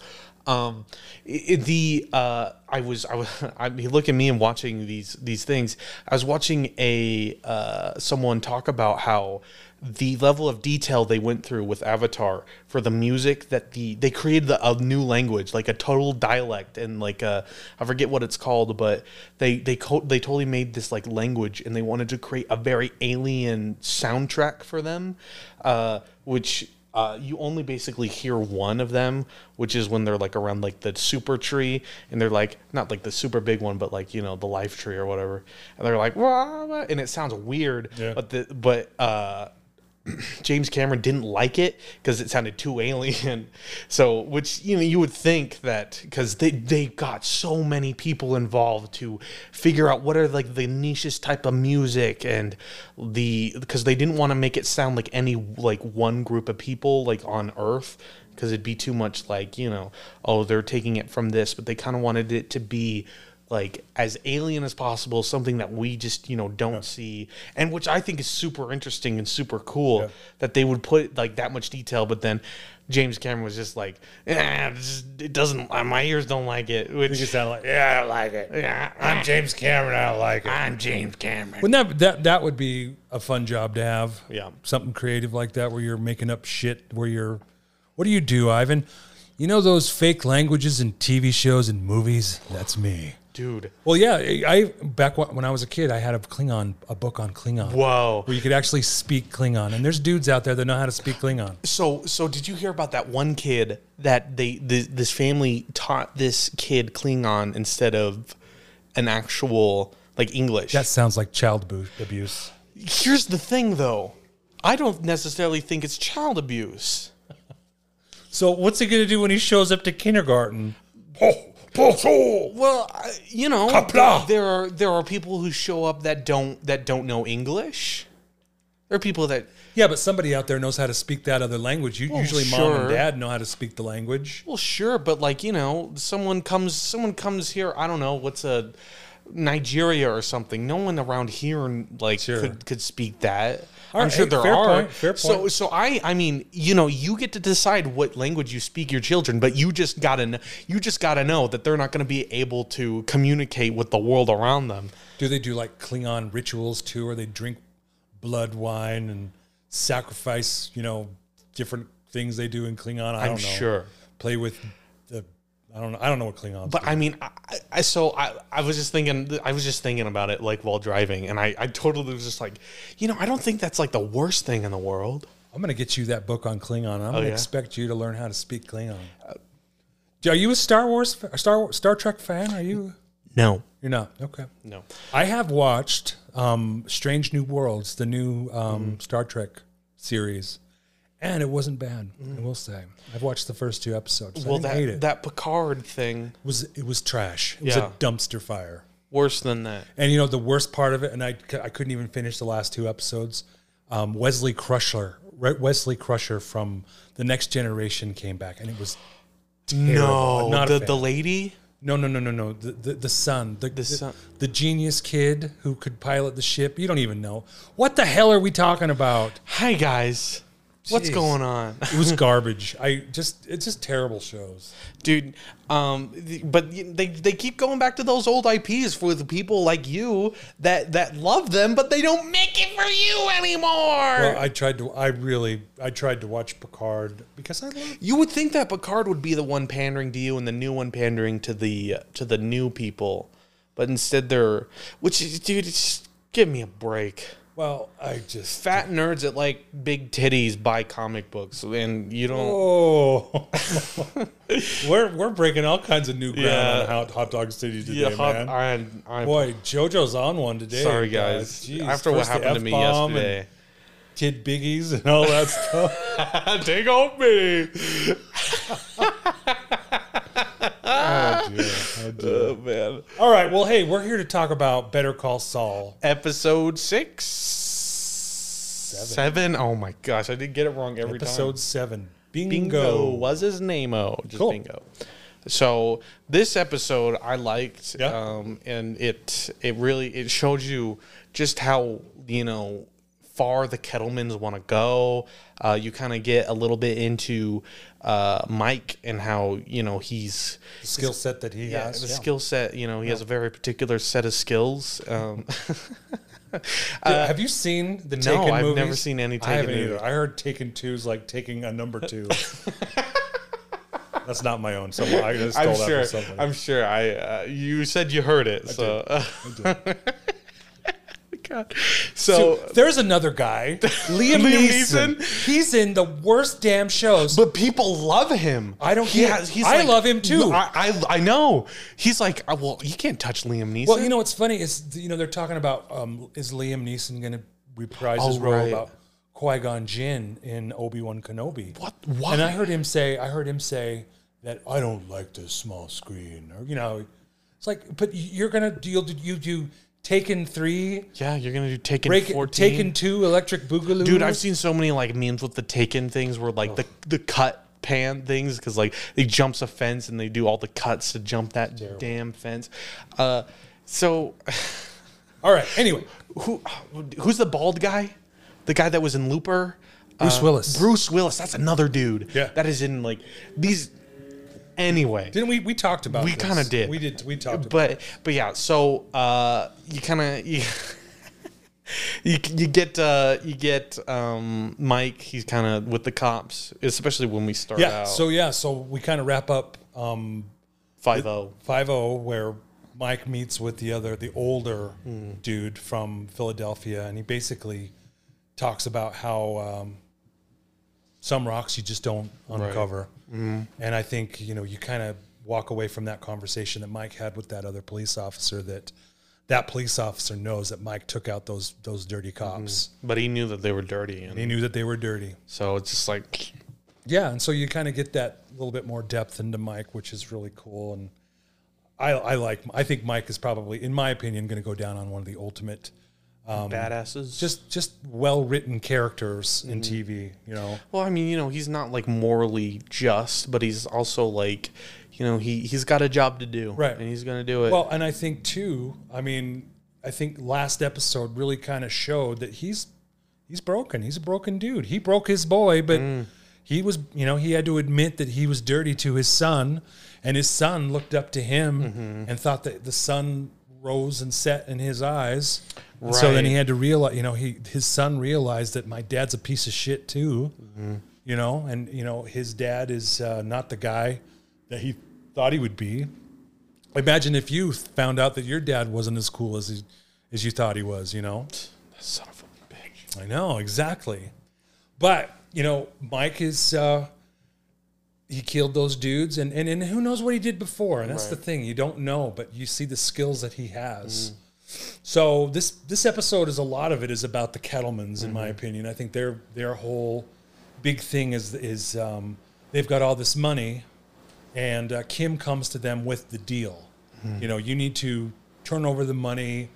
S2: um i- i- the uh i was i was i mean look at me and watching these these things i was watching a uh someone talk about how the level of detail they went through with Avatar for the music that the they created the, a new language, like a total dialect, and like a, I forget what it's called, but they they co- they totally made this like language, and they wanted to create a very alien soundtrack for them, uh, which. Uh, you only basically hear one of them, which is when they're like around like the super tree, and they're like not like the super big one, but like you know the life tree or whatever, and they're like wah, wah," and it sounds weird,
S1: Yeah.
S2: but the but uh, James Cameron didn't like it because it sounded too alien. So, which you know, you would think that because they they got so many people involved to figure out what are like the nichest type of music and the because they didn't want to make it sound like any like one group of people like on Earth because it'd be too much like you know oh they're taking it from this, but they kind of wanted it to be like as alien as possible, something that we just you know don't see, and which I think is super interesting and super cool that they would put like that much detail. But then James Cameron was just like, eh, this- it doesn't. uh, My ears don't like it. Which
S1: sound like
S3: Yeah, I like it.
S2: yeah,
S3: I'm James Cameron. I like it.
S2: I'm James Cameron.
S1: Well, that that that would be a fun job to have.
S2: Yeah.
S1: something creative like that where you're making up shit. Where you're, what do you do, Ivan? You know those fake languages in TV shows and movies. That's me.
S2: Dude,
S1: Well, yeah, I back when I was a kid, I had a Klingon, a book on Klingon,
S2: whoa.
S1: where you could actually speak Klingon. And there's dudes out there that know how to speak Klingon.
S2: So, so did you hear about that one kid that they this, this family taught this kid Klingon instead of an actual like English?
S1: That sounds like child bu- abuse.
S2: Here's the thing, though. I don't necessarily think it's child abuse.
S1: So what's he gonna do when he shows up to kindergarten?
S3: Oh, Porto.
S2: Well, I- you know,
S3: Kapla!
S2: there are there are people who show up that don't that don't know English. There are people that
S1: Yeah, but somebody out there knows how to speak that other language. You, usually, mom
S2: Oh, sure.
S1: and dad know how to speak the language.
S2: well, sure, but like you know, someone comes someone comes here. I don't know what's a Nigeria or something. No one around here like
S1: Sure.
S2: could could speak that.
S1: All
S2: I'm
S1: right,
S2: sure
S1: hey,
S2: there
S1: fair
S2: are.
S1: point, fair
S2: So
S1: point.
S2: so I I mean, you know, you get to decide what language you speak your children, but you just gotta kn- you just gotta know that they're not gonna be able to communicate with the world around them.
S1: Do they do like Klingon rituals too, where they drink blood wine and sacrifice? You know, different things they do in Klingon. I
S2: I'm
S1: don't know.
S2: sure.
S1: Play with the I don't know. I don't know what Klingons.
S2: But I mean, I, I so I, I was just thinking, I was just thinking about it like while driving, and I, I totally was just like, you know, I don't think that's like the worst thing in the world.
S1: I'm going to get you that book on Klingon. I'm going to
S2: Oh, yeah?
S1: expect you to learn how to speak Klingon. Uh, Are you a Star Wars, fa- Star Star Trek fan? Are you?
S2: No,
S1: You're not. Okay.
S2: no.
S1: I have watched um, Strange New Worlds, the new um,
S2: Mm-hmm.
S1: Star Trek series, and it wasn't bad. I will say I've watched the first two episodes. I
S2: Mm. Well,
S1: didn't hate
S2: that
S1: it.
S2: that Picard thing
S1: It was it was trash. It was
S2: Yeah.
S1: a dumpster fire.
S2: worse than that.
S1: And you know the worst part of it, and I, c- I couldn't even finish the last two episodes. Um, Wesley Crusher, Re- Wesley Crusher from the Next Generation came back, and it was
S2: No,
S1: I'm not a
S2: the
S1: fan.
S2: the lady.
S1: no, no, no, no, no. The the, the son, the, the
S2: son.
S1: the genius kid who could pilot the ship. You don't even know what the hell are we talking about.
S2: Hi guys, what's
S1: Jeez.
S2: going on?
S1: It was garbage. I just it's just terrible shows.
S2: dude. Um, th- but y- they they keep going back to those old IPs with people like you that that love them, but they don't make it for you anymore.
S1: Well, I tried to. I really I tried to watch Picard because I love.
S2: you would think that Picard would be the one pandering to you and the new one pandering to the to the new people, but instead they're which is dude, it's just give me a break.
S1: Well, I just
S2: Fat nerds that like big titties buy comic books, and you don't.
S1: Oh, we're we're breaking all kinds of new ground
S2: Yeah.
S1: on hot, hot dog city today,
S2: Yeah, hot-
S1: man.
S2: I'm- I'm
S1: Boy, JoJo's on one today.
S2: sorry, guys.
S1: Jeez,
S2: After what
S1: first the
S2: happened to me
S1: F-bomb and
S2: yesterday,
S1: kid biggies and all that stuff.
S2: take off me.
S1: Oh, dear. Oh, dear.
S2: Oh man.
S1: all right, well, hey, we're here to talk about Better Call Saul.
S2: episode six, seven. Oh my gosh, I did get it wrong every time.
S1: Episode seven, bingo.
S2: Bingo was his name. Oh, just
S1: Cool.
S2: bingo. So this episode I liked,
S1: Yeah.
S2: um, and it it really it showed you just how you know far the Kettlemans want to go. Uh, you kind of get a little bit into uh, Mike and how you know he's
S1: Skill set that he
S2: yeah,
S1: has.
S2: the
S1: yeah.
S2: skill set. You know he has a very particular set of skills. Um,
S1: have you seen the
S2: Uh, no,
S1: Taken
S2: I've
S1: movies?
S2: never seen any
S1: I haven't
S2: Taken
S1: either.
S2: movie.
S1: I heard Taken Two is like taking a number two. That's not my own. So I just stole
S2: I'm
S1: that
S2: sure.
S1: from somebody.
S2: I'm sure. I uh, you said you heard it. so Oh God. So,
S1: So there's another guy, Liam,
S2: Liam
S1: Neeson.
S2: Neeson?
S1: He's in the worst damn shows.
S2: but people love him.
S1: I don't care. I love him too.
S2: I, I I know. He's like, "Oh, well, you can't touch Liam Neeson.
S1: well, you know what's funny is you know they're talking about um, is Liam Neeson going to reprise his
S2: Oh,
S1: role
S2: right.
S1: about Qui Gon Jinn in Obi Wan Kenobi?
S2: What? Why?
S1: And I heard him say, I heard him say that I don't like the small screen, or you know, it's like, but you're gonna do you'll do you do Taken three,
S2: yeah, you're gonna do Taken
S1: break,
S2: fourteen.
S1: Taken two, Electric Boogaloo,
S2: Dude, I've seen so many like memes with the Taken things where like the the cut pan things because like he jumps a fence and they do all the cuts to jump that damn fence. Uh, so
S1: All right, anyway,
S2: who who's the bald guy? The guy that was in Looper?
S1: Uh, Bruce Willis.
S2: Bruce Willis. That's another dude.
S1: Yeah.
S2: That is in like these anyway.
S1: Didn't we we talked about?
S2: We
S1: this.
S2: kinda did.
S1: We did. We talked. about
S2: But but yeah, so uh you kind of you, you you get uh you get um Mike, he's kind of with the cops, especially when we start
S1: Yeah.
S2: out
S1: So yeah. So we kind of wrap up um,
S2: 50.
S1: five O where Mike meets with the other, the older dude from Philadelphia, and he basically talks about how um, some rocks you just don't uncover, and I think you know you kind of walk away from that conversation that Mike had with that other police officer that that police officer knows that Mike took out those those dirty cops.
S2: But he knew that they were dirty and
S1: He knew that they were dirty.
S2: so it's just like
S1: Yeah, and so you kind of get that little bit more depth into Mike, which is really cool. And I, I like, I think Mike is probably, in my opinion, going to go down on one of the ultimate,
S2: badasses. um, Just
S1: just just well written characters in TV. You know,
S2: well, I mean, you know, he's not like morally just, but he's also like, you know, he he's got a job to do,
S1: Right.
S2: And he's gonna do it.
S1: well, and I think too, I mean, I think last episode really kind of showed that he's he's broken. He's a broken dude. He broke his boy, but. He was, you know, he had to admit that he was dirty to his son, and his son looked up to him and thought that the sun rose and set in his eyes. And So then
S2: Right.
S1: he had to realize, you know, he his son realized that my dad's a piece of shit too, you know, and you know his dad is uh, not the guy that he thought he would be. Imagine if you found out that your dad wasn't as cool as he, as you thought he was. You know.
S2: Son of a bitch.
S1: I know exactly, but you know, Mike is uh, he killed those dudes, and, and and who knows what he did before? And that's the thing you don't know, but you see the skills that he has. So this this episode is a lot of it is about the Kettlemans, in my opinion. I think their their whole big thing is is um, they've got all this money, and uh, Kim comes to them with the deal. You know, you need to turn over the money.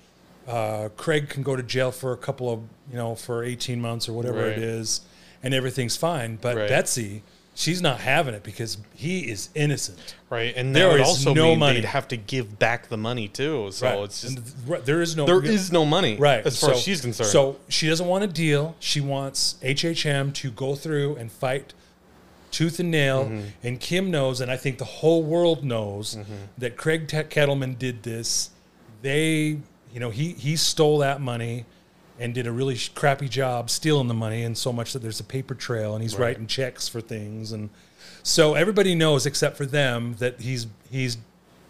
S1: Uh, Craig can go to jail for a couple of you know for eighteen months or whatever
S2: Right.
S1: it is, and everything's fine. But
S2: Right.
S1: Betsy, she's not having it because he is innocent.
S2: Right, and
S1: There
S2: there would
S1: is
S2: also
S1: no
S2: mean
S1: money.
S2: they'd have to give back the money too. So it's just
S1: And th- right, there is no
S2: there is no money.
S1: right
S2: as far
S1: So-
S2: as she's concerned.
S1: So she doesn't want a deal. She wants HHM to go through and fight tooth and nail. And Kim knows, and I think the whole world knows that Craig Te- Kettleman did this. They, you know, he he stole that money and did a really sh- crappy job stealing the money, and so much that there's a paper trail, and he's writing checks for things, and so everybody knows except for them that he's he's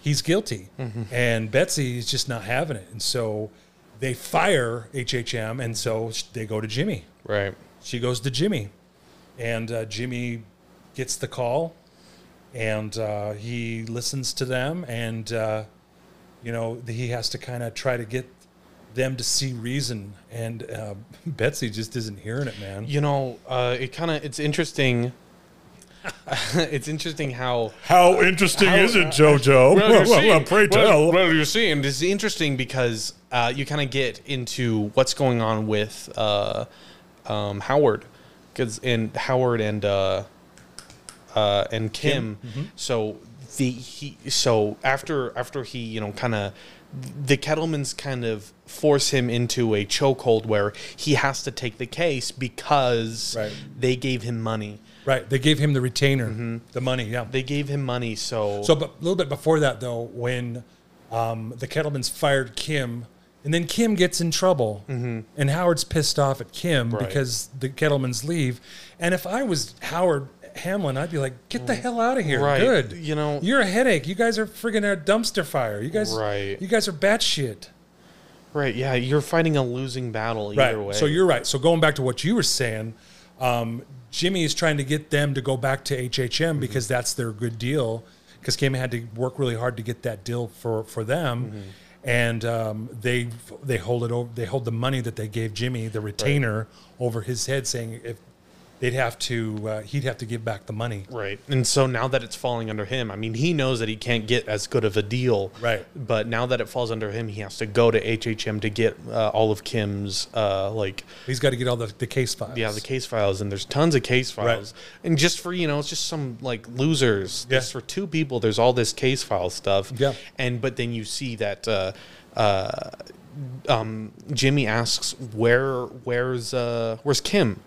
S1: he's guilty, and Betsy is just not having it, and so. They fire HHM, and so sh- they go to Jimmy
S2: right,
S1: she goes to Jimmy, and uh, Jimmy gets the call, and uh, he listens to them, and uh, you know th- he has to kind of try to get them to see reason, and uh, Betsy just isn't hearing it, man.
S2: you know, uh, it kind of it's interesting. it's interesting how
S3: How interesting is it, JoJo?
S2: uh, well, you're seeing- well- well, you're seeing. It's interesting because uh, you kind of get into what's going on with uh, um, Howard, because and Howard and uh, uh, and Kim. So the he so after after he you know kind of the Kettlemans kind of force him into a chokehold where he has to take the case because
S1: Right.
S2: they gave him money.
S1: Right? They gave him the retainer,
S3: Mm-hmm.
S1: the money. Yeah.
S2: They gave him money, so
S1: So, but a little bit before that, though, when um, the Kettlemans fired Kim, and then Kim gets in trouble,
S2: Mm-hmm.
S1: and Howard's pissed off at Kim because the Kettlemans leave. And if I was Howard Hamlin, I'd be like, "Get the hell out of here!
S2: Mm. Right.
S1: Good,
S2: You know-
S1: you're a headache. You guys are friggin' a dumpster fire. You guys,
S2: Right.
S1: You guys are batshit."
S2: right, yeah, you're fighting a losing battle either way.
S1: So you're right. So going back to what you were saying, um, Jimmy is trying to get them to go back to HHM
S2: Mm-hmm.
S1: because that's their good deal. Because Kim had to work really hard to get that deal for for them,
S2: Mm-hmm.
S1: and um, they they hold it over. They hold the money that they gave Jimmy the retainer over his head, saying if they'd have to, uh, he'd have to give back the money.
S2: Right. And so now that it's falling under him, I mean, he knows that he can't get as good of a deal.
S1: Right.
S2: But now that it falls under him, he has to go to HHM to get uh, all of Kim's, uh, like,
S1: He's got to get all the, the case files.
S2: yeah, the case files. And there's tons of case files. And just for, you know, it's just some, like, losers.
S1: Yeah.
S2: Just for two people, there's all this case file stuff.
S1: Yeah.
S2: And, but then you see that, uh, uh, um, Jimmy asks, "Where, where's, uh, where's Kim?"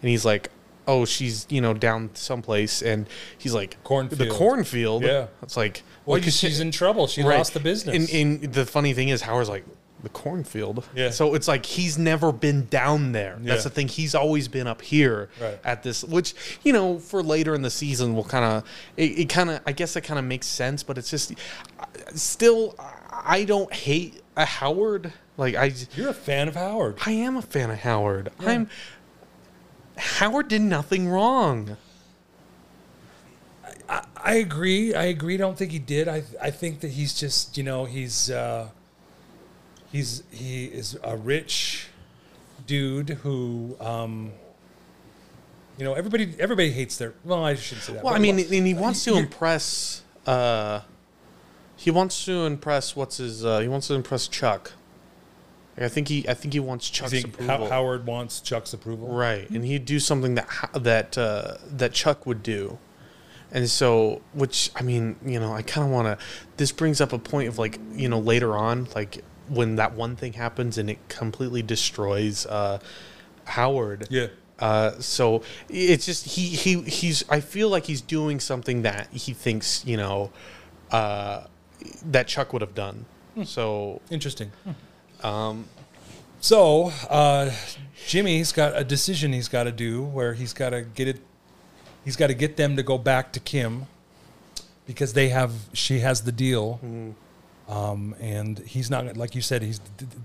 S2: And he's like, "Oh, she's you know down someplace." And he's like, the
S1: Cornfield.
S2: cornfield."
S1: Yeah.
S2: it's like,
S1: well,
S2: you
S1: because
S2: say-
S1: she's in trouble. She
S2: right.
S1: lost the business.
S2: And, and the funny thing is, Howard's like the cornfield.
S1: Yeah.
S2: So it's like he's never been down there. That's
S1: Yeah.
S2: the thing. He's always been up here
S1: Right.
S2: at this, which you know, for later in the season, will kind of it, it kind of I guess it kind of makes sense, but it's just I- still I I don't hate a Howard. Like I,
S1: you're a fan of Howard.
S2: I am a fan of Howard. I'm Howard did nothing wrong.
S1: I agree. I agree. Don't think he did. I I think that he's just you know he's uh, he's he is a rich dude who um, you know everybody everybody hates their well I shouldn't say that.
S2: Well,
S1: but
S2: I mean, and he wants to impress. Uh, he wants to impress. What's his? Uh, he wants to impress Chuck. Like, I think he. I think he wants
S1: I
S2: Chuck's
S1: think How-
S2: approval.
S1: Howard wants Chuck's approval.
S2: right, and he'd do something that Ho- that uh, that Chuck would do, and so which I mean, you know, I kind of want to. This brings up a point of like you know later on, like when that one thing happens and it completely destroys uh, Howard.
S1: Yeah.
S2: Uh, so it's just he he he's I feel like he's doing something that he thinks you know uh, that Chuck would have done. So
S1: Interesting. Um, so uh, Jimmy's got a decision he's got to do where he's got to get it. He's got to get them to go back to Kim because they have she has the deal,
S2: Mm-hmm.
S1: um, and he's not like you said he's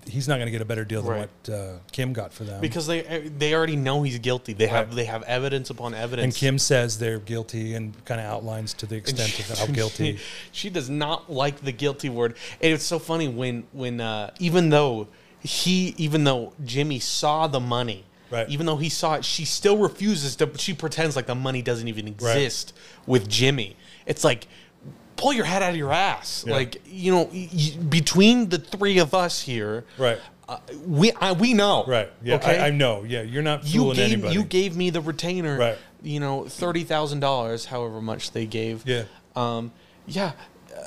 S1: he's not going to get a better deal than
S2: Right.
S1: what uh, Kim got for them.
S2: because they eh, they already know he's guilty. They have
S1: Right.
S2: they have evidence upon evidence.
S1: and Kim says they're guilty and kind of outlines to the
S2: And
S1: extent
S2: she-
S1: of how
S2: she-
S1: guilty.
S2: She does not like the guilty word. And it's so funny when when uh, even though he even though Jimmy saw the money,
S1: Right.
S2: even though he saw it, she still refuses to. She pretends like the money doesn't even exist with Jimmy. It's like pull your head out of your ass. Like you know, y- y- between the three of us here,
S1: Right.
S2: Uh, we I, we know
S1: Right. Yeah.
S2: Okay.
S1: I, I know. Yeah. You're not
S2: you
S1: fooling
S2: gave
S1: anybody.
S2: you gave me the retainer.
S1: Right.
S2: You know, thirty thousand dollars, however much they gave.
S1: Yeah.
S2: Um. Yeah. uh,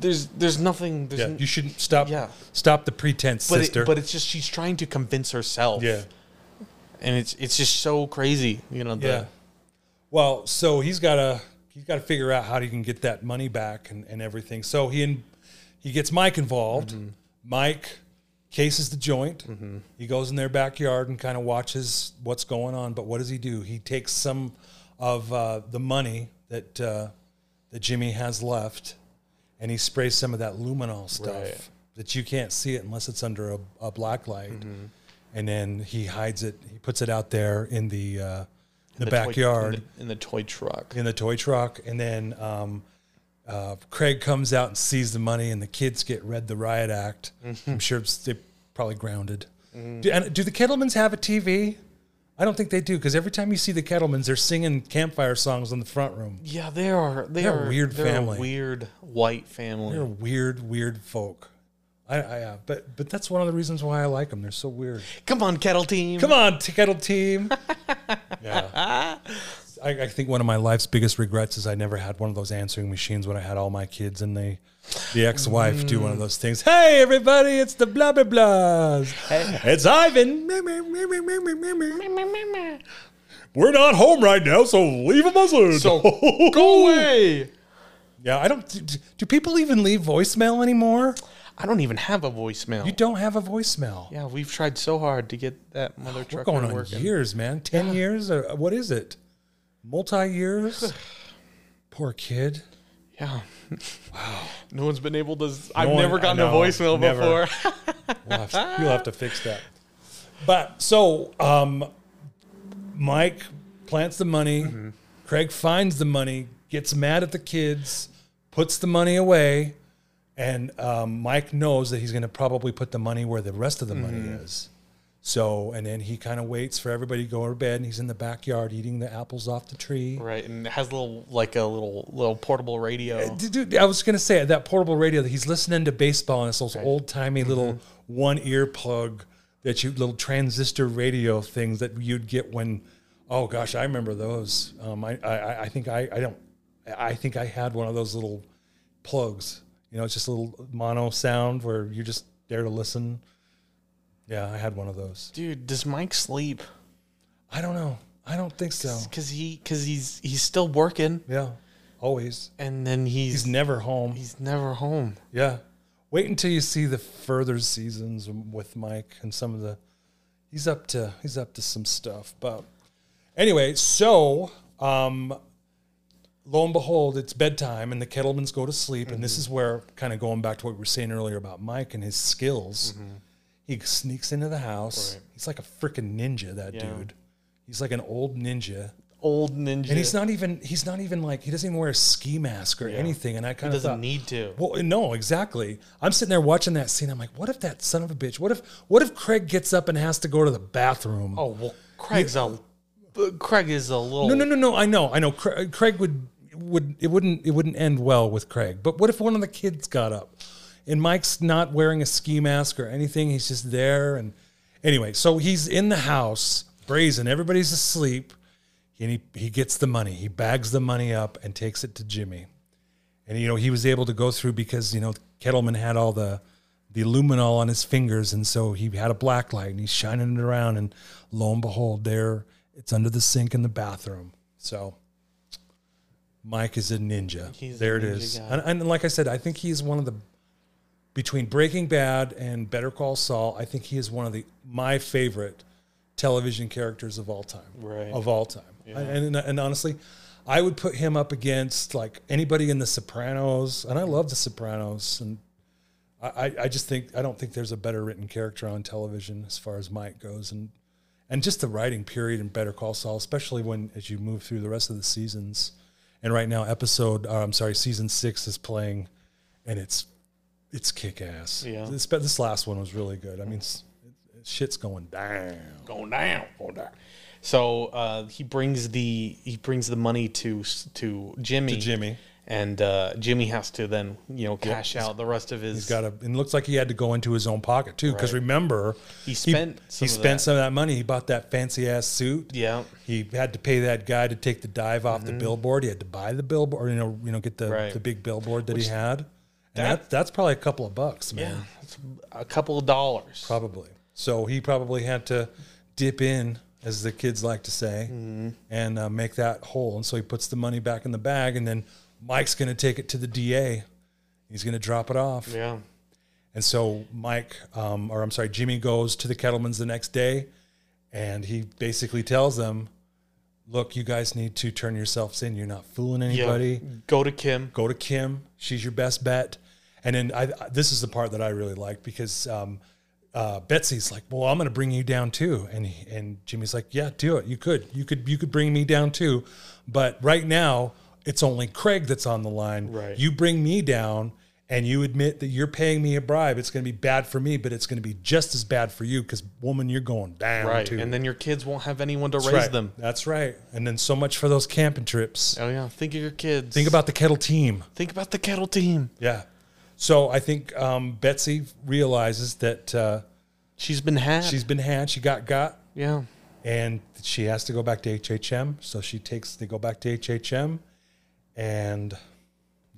S2: There's there's nothing. There's
S1: yeah.
S2: n-
S1: You shouldn't stop.
S2: Um, Yeah.
S1: Stop the pretense,
S2: but
S1: sister.
S2: It, but it's just she's trying to convince herself.
S1: yeah.
S2: And it's it's just so crazy. You know. The,
S1: Yeah. Well, so he's got to he's got to figure out how he can get that money back and, and everything. So he and he gets Mike involved.
S2: Mm-hmm.
S1: Mike cases the joint. He goes in their backyard and kind of watches what's going on. But what does he do? He takes some of uh, the money that uh, that Jimmy has left, and he sprays some of that luminol stuff
S2: Right.
S1: that you can't see it unless it's under a, a black light.
S2: Mm-hmm.
S1: And then he hides it. He puts it out there in the uh, the,
S2: the toy-
S1: backyard
S2: in, the, in the toy truck.
S1: in the toy truck, and then um, uh, Craig comes out and sees the money, and the kids get read the riot act. I'm sure it's, they probably grounded. Do, and do the Kettlemans have a TV? I don't think they do because every time you see the Kettlemans, they're singing campfire songs in the front room.
S2: Yeah, they are. They
S1: They're a
S2: are
S1: weird
S2: they're a
S1: family.
S2: weird white family.
S1: They're weird, weird folk. I, I uh, but but that's one of the reasons why I like them. They're so weird.
S2: Come on, kettle team.
S1: Come on, T- Kettle Team. yeah. I, I think one of my life's biggest regrets is I never had one of those answering machines when I had all my kids and they, the ex-wife do one of those things. Hey, everybody, it's the blah, blah, blahs. It's Ivan.
S3: We're not home right now, so leave them alone.
S2: So go away.
S1: Yeah, I don't, do, do people even leave voicemail anymore?
S2: I don't even have a voicemail.
S1: You don't have a voicemail.
S2: yeah, we've tried so hard to get that mother
S1: We're
S2: trucker
S1: going on
S2: working.
S1: years, man. 10 years? Or what is it? Multi-years? Poor kid.
S2: Yeah. Wow. No one's been able to. I've
S1: one-
S2: never
S1: I
S2: gotten a
S1: know,
S2: voicemail
S1: never.
S2: before.
S1: We'll have to- you'll have to fix that. But so um, Mike plants the money. Craig finds the money, gets mad at the kids, puts the money away, and um, Mike knows that he's going to probably put the money where the rest of the money is. So, and then he kind of waits for everybody to go to bed, and he's in the backyard eating the apples off the tree.
S2: right, and it has a little like a little little portable radio.
S1: Dude, I was gonna say that portable radio that he's listening to baseball and it's those old timey little one ear plug that you little transistor radio things that you'd get when oh gosh I remember those um, I, I I- I think I I don't I think I had one of those little plugs you know it's just a little mono sound where you're just there to listen yeah I had one of those
S2: Dude, does Mike sleep?
S1: I don't know I don't think so
S2: Cause he, cause he's he's still working,
S1: yeah always
S2: and then he's
S1: he's
S2: he's,
S1: never home
S2: never home.
S1: Yeah. Wait until you see the further seasons with Mike and some of the he's up to he's up to some stuff. But anyway, so um lo and behold, it's bedtime and the Kettlemans go to sleep. And
S2: Mm-hmm.
S1: this is where kind of going back to what we were saying earlier about Mike and his skills.
S2: Mm-hmm.
S1: He sneaks into the house. He's like a freaking ninja, that dude. He's like an old ninja.
S2: Old ninja.
S1: And he's not even he's not even like he doesn't even wear a ski mask or anything. And I kind of
S2: doesn't
S1: thought,
S2: need to.
S1: well, no, exactly. I'm sitting there watching that scene. I'm like, what if that son of a bitch? What if what if Craig gets up and has to go to the bathroom?
S2: Oh well, Craig's a but Craig is a little.
S1: no, no, no, no. I know, I know. Cra- Craig would would it wouldn't it wouldn't end well with Craig. But what if one of the kids got up, and Mike's not wearing a ski mask or anything? He's just there. And anyway, so he's in the house, brazen. Everybody's asleep, and he he gets the money. He bags the money up and takes it to Jimmy. and you know he was able to go through because you know Kettleman had all the the luminol on his fingers, and so he had a black light and he's shining it around, and lo and behold, there it's under the sink in the bathroom. So Mike is a ninja.
S2: He's a
S1: there it
S2: ninja
S1: is,
S2: guy.
S1: and, and like I said, I think he is one of the between Breaking Bad and Better Call Saul. I think he is one of the my favorite television characters of all time.
S2: Right.
S1: Of all time, and, and and honestly, I would put him up against like anybody in The Sopranos, and I love The Sopranos, and I, I, I just think I don't think there's a better written character on television as far as Mike goes, and and just the writing period in Better Call Saul, especially when as you move through the rest of the seasons, and right now episode, uh, I'm sorry, season six is playing, and it's it's kick ass.
S2: Yeah.
S1: this, but this last one was really good. I mean, it's, it, shit's going down.
S2: Go down, go down. So uh, he brings the he brings the money to to Jimmy.
S1: To Jimmy.
S2: and uh, Jimmy has to then you know cash out the rest of his.
S1: He's got a, and it looks like he had to go into his own pocket too. Because
S2: Right.
S1: remember,
S2: He spent
S1: he,
S2: some of
S1: spent
S2: that.
S1: some of that money. He bought that fancy ass suit.
S2: Yeah. Mm-hmm.
S1: he had to pay that guy to take the dive off the billboard. He had to buy the billboard, or, you know, you know, get the,
S2: Right.
S1: the big billboard that he had. And
S2: that-
S1: that, that's probably a couple of bucks, man.
S2: yeah, it's a couple of dollars.
S1: Probably. So he probably had to dip in, as the kids like to say,
S2: Mm-hmm.
S1: and uh, make that whole. And so he puts the money back in the bag, and then Mike's going to take it to the DA. He's going to drop it off.
S2: Yeah,
S1: And so Mike, um, or I'm sorry, Jimmy goes to the Kettlemans the next day and he basically tells them, look, you guys need to turn yourselves in. You're not fooling
S2: yeah.
S1: anybody.
S2: Go to Kim.
S1: Go to Kim. She's your best bet. And then I, I- this is the part that I really like because um, uh, Betsy's like, well, I'm going to bring you down too. And, he, and Jimmy's like, yeah, do it. You could, you could, you could bring me down too. But right now it's only Craig that's on the line.
S2: Right.
S1: You bring me down and you admit that you're paying me a bribe. It's going to be bad for me, but it's going to be just as bad for you because woman, you're going down
S2: Right,
S1: too.
S2: and then your kids won't have anyone to
S1: That's
S2: raise
S1: right.
S2: them.
S1: That's right. And then so much for those camping trips.
S2: Oh yeah, think of your kids.
S1: Think about the kettle team.
S2: think about the kettle team.
S1: Yeah. So I think um, Betsy realizes that uh,
S2: She's been had.
S1: she's been had. She got got,
S2: yeah.
S1: and she has to go back to HHM. So she takes they go back to HHM, and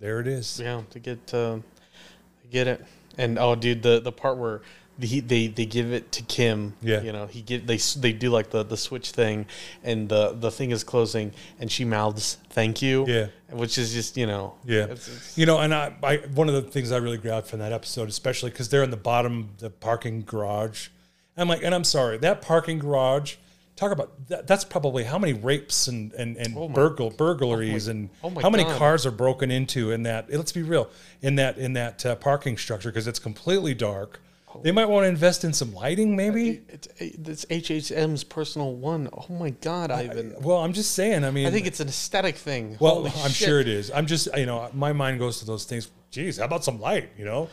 S1: there it is.
S2: Yeah, to get uh, I get it. And oh, dude, the the part where the, they they give it to Kim.
S1: Yeah.
S2: you know, he give they s- they do like the the switch thing, and the the thing is closing, and she mouths "thank you."
S1: Yeah.
S2: which is just you know.
S1: Yeah.
S2: it's- it's-
S1: you know, and I, I, one of the things I really grabbed from that episode, especially because they're in the bottom, the parking garage. I'm like, and I'm sorry, that parking garage, talk about that, that's probably how many rapes and, and, and burgl, burglaries and
S2: oh my
S1: how many
S2: God.
S1: cars are broken into in that, let's be real, in that, in that uh, parking structure because it's completely dark. They might want to invest in some lighting, maybe.
S2: It's, it's HHM's personal one. Oh my God, Ivan!
S1: Well, I'm just saying. I mean,
S2: I think it's an aesthetic thing.
S1: Well,
S2: Holy
S1: I'm
S2: shit.
S1: sure it is. I'm just, you know, my mind goes to those things. Geez, how about some light? You know,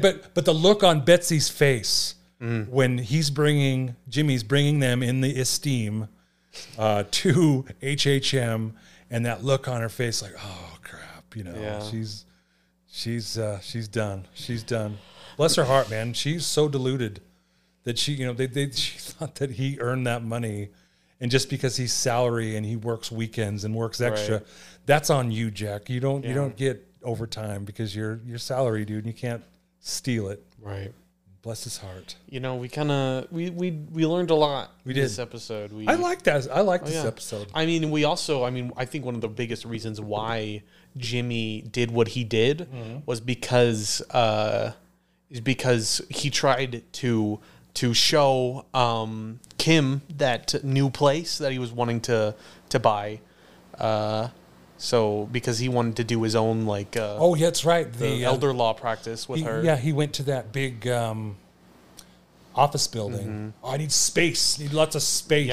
S1: but but but the look on Betsy's face when he's bringing Jimmy's bringing them in the esteem uh, to HHM, and that look on her face, like, oh crap, you know,
S2: Yeah.
S1: she's she's uh, she's done. She's done. Bless her heart, man. She's so deluded that she, you know, they, they she thought that he earned that money, and just because he's salary and he works weekends and works extra,
S2: Right.
S1: that's on you, Jack. You don't you don't get overtime because you're you're salary, dude, and you can't steal it.
S2: Right.
S1: Bless his heart.
S2: You know, we kind of we, we we learned a lot. We
S1: did.
S2: this episode. We
S1: I like that. I like this
S2: Oh, Yeah.
S1: episode.
S2: I mean, we also, I mean, I think one of the biggest reasons why Jimmy did what he did
S1: Mm-hmm.
S2: was because, uh, is because he tried to to show um, Kim that new place that he was wanting to to buy. Uh, so because he wanted to do his own like uh,
S1: Oh, yeah, that's right. The,
S2: the
S1: uh,
S2: elder law practice with
S1: he-
S2: her.
S1: yeah, he went to that big um, office building. Oh, I need space. Need lots of space.
S2: Mm-hmm.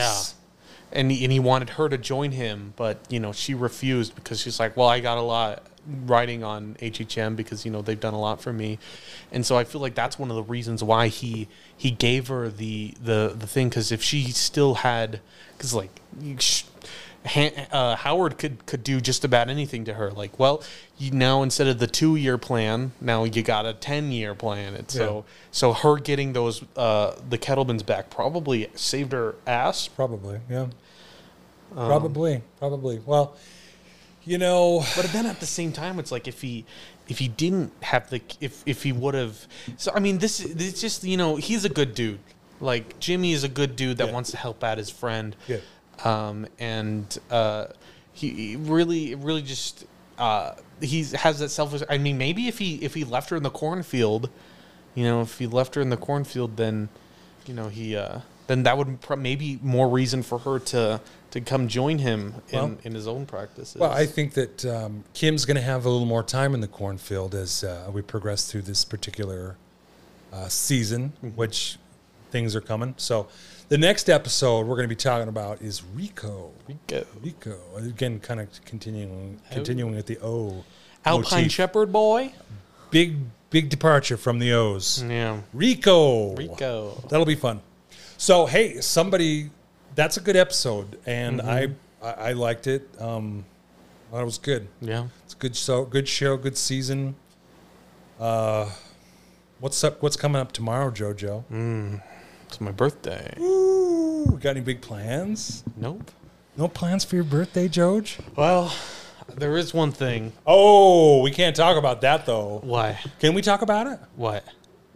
S2: Yeah. And he, and he wanted her to join him, but you know she refused because she's like, "Well, I got a lot writing on HHM because you know they've done a lot for me," and so I feel like that's one of the reasons why he he gave her the the the thing because if she still had because like you sh- Han- uh, Howard could could do just about anything to her like well you now instead of the two year plan now you got a ten year plan and so so her getting those uh, the Kettlemans back probably saved her ass
S1: Probably, yeah. probably, probably. Well, you know,
S2: But then at the same time, it's like if he if he didn't have the if if he would have. So I mean, this it's just you know he's a good dude. Like Jimmy is a good dude that wants to help out his friend.
S1: Yeah.
S2: Um, and uh, he, he really it really just uh he has that selfish. I mean, maybe if he if he left her in the cornfield, you know, if he left her in the cornfield, then you know he uh then that would pr- maybe more reason for her to to come join him in,
S1: Well-
S2: in his own practices.
S1: Well, I think that um, Kim's going to have a little more time in the cornfield as uh, we progress through this particular uh, season, which things are coming. So, the next episode we're going to be talking about is Rico.
S2: Go.
S1: Rico again, kind of continuing continuing with the O.
S2: Alpine
S1: motif.
S2: Shepherd boy.
S1: big big departure from the O's.
S2: Yeah.
S1: Rico.
S2: Mm-hmm. Rico.
S1: That'll be fun. So hey, somebody, that's a good episode, and I, I I liked it. Um, I thought it was good.
S2: Yeah.
S1: It's a good show, good show, good season. Uh, what's up? What's coming up tomorrow, JoJo?
S2: It's my birthday.
S1: Ooh, got any big plans?
S2: Nope.
S1: No plans for your birthday, Joj?
S2: Well, there is one thing.
S1: Oh, we can't talk about that though.
S2: Why?
S1: Can we talk about it?
S2: What?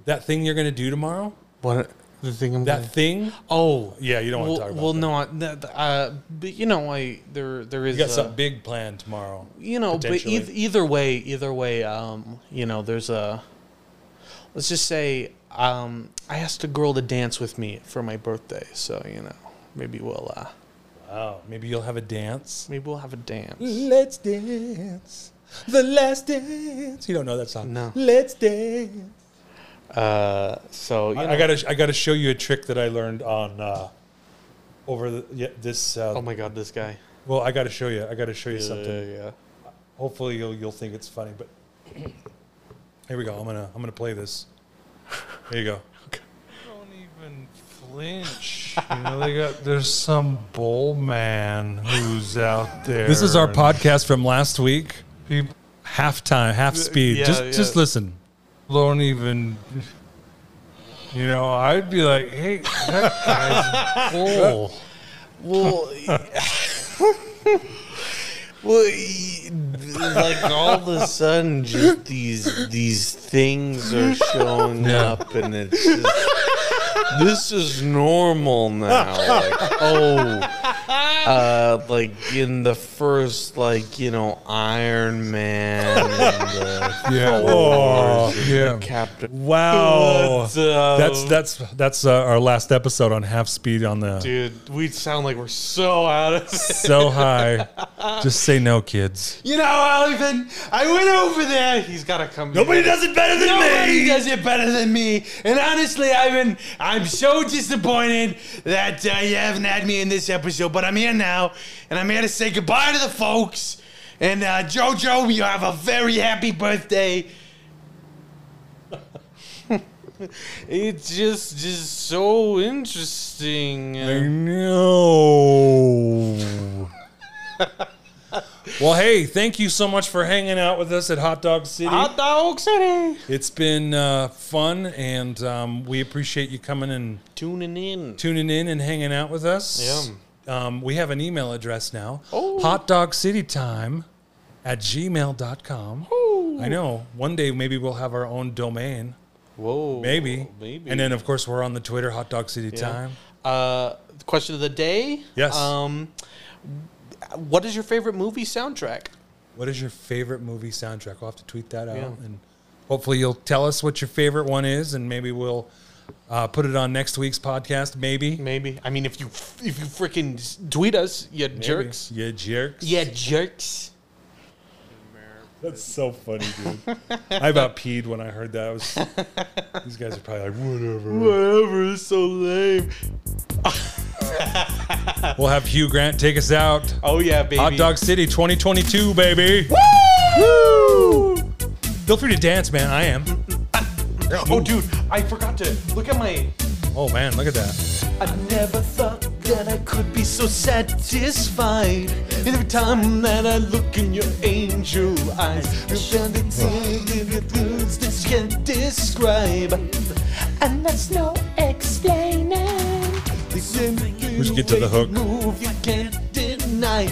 S1: That thing you're gonna do tomorrow?
S2: What? The thing I'm
S1: That thing?
S2: Oh,
S1: Yeah, you don't want
S2: well,
S1: to talk about.
S2: well
S1: that.
S2: no, I, that, uh, but you know, I there there is
S1: you got
S2: uh,
S1: something big planned tomorrow.
S2: you know, but
S1: potentially.
S2: eith- either way, either way, um, you know, there's a let's just say um, I asked a girl to dance with me for my birthday, so you know, maybe we'll uh,
S1: Wow, maybe you'll have a dance.
S2: maybe we'll have a dance.
S1: Let's dance, the last dance. You don't know that song?
S2: No.
S1: Let's dance.
S2: Uh, so you
S1: I,
S2: know,
S1: I gotta, I gotta show you a trick that I learned on uh, over the, yeah, this. Uh,
S2: oh my god, this guy.
S1: Well, I gotta show you. I gotta show you something.
S2: Yeah, yeah.
S1: Hopefully, you'll you'll think it's funny. But here we go. I'm gonna I'm gonna play this. Here you go. Don't even flinch. You know they got. There's some bull man who's out there. This is our podcast from last week. Half time, half speed.
S2: yeah,
S1: just
S2: yeah.
S1: just listen. Don't even. You know, I'd be like, hey, that guy's bull.
S2: Well, well, y- like all of a sudden, just these these things are showing
S1: Yeah.
S2: up, and it's just, this is normal now. Like, oh, uh, like in the first, like you know, Iron Man, and the
S1: Yeah. Oh, yeah.
S2: Captain. um,
S1: Wow.
S2: What the-
S1: That's that's that's uh, our last episode on half speed on the
S2: Dude, we sound like we're so out of it.
S1: so high. Just say no, kids.
S2: You know, Olivan, I went over there. He's got to come.
S3: Nobody does it better than
S2: Nobody
S3: me.
S2: does it better than me. And honestly, Ivan, I'm so disappointed that uh, you haven't had me in this episode, but I'm here now, and I'm here to say goodbye to the folks. And uh, JoJo, you have a very happy birthday. it's just just so interesting.
S1: No. well, hey, thank you so much for hanging out with us at Hot Dog City.
S2: dog city.
S1: It's been uh, fun, and um, we appreciate you coming and
S2: Tuning in.
S1: tuning in and hanging out with us.
S2: Yeah.
S1: Um, we have an email address now.
S2: Oh.
S1: Hot Dog City Time at gmail.com. I know. One day maybe we'll have our own domain.
S2: Whoa.
S1: Maybe.
S2: Maybe.
S1: And then of course we're on the Twitter, Hot Dog City Time.
S2: Uh, question of the day.
S1: Yes.
S2: Um, what is your favorite movie soundtrack?
S1: What is your favorite movie soundtrack? We'll have to tweet that out
S2: Yeah.
S1: and hopefully you'll tell us what your favorite one is and maybe we'll uh, put it on next week's podcast, maybe.
S2: Maybe. I mean, if you if you freaking tweet us, you jerks.
S1: Yeah, jerks.
S2: Yeah, jerks.
S1: That's so funny, dude. I about peed when I heard that. I was, these guys are probably like, whatever.
S2: Whatever. It's so lame.
S1: We'll have Hugh Grant take us out.
S2: Oh yeah, baby.
S1: Hot Dog City 2022, baby.
S2: Woo!
S1: Feel free to dance, man. I am.
S2: Oh, dude, I forgot to look at my.
S1: Oh, man, look at that.
S2: I never thought that I could be so satisfied. And every time that I look in your angel eyes, you found a thing in the blues that you can't describe. And that's no explaining. We
S1: should
S2: should
S1: get to the hook.
S2: Move you can't deny.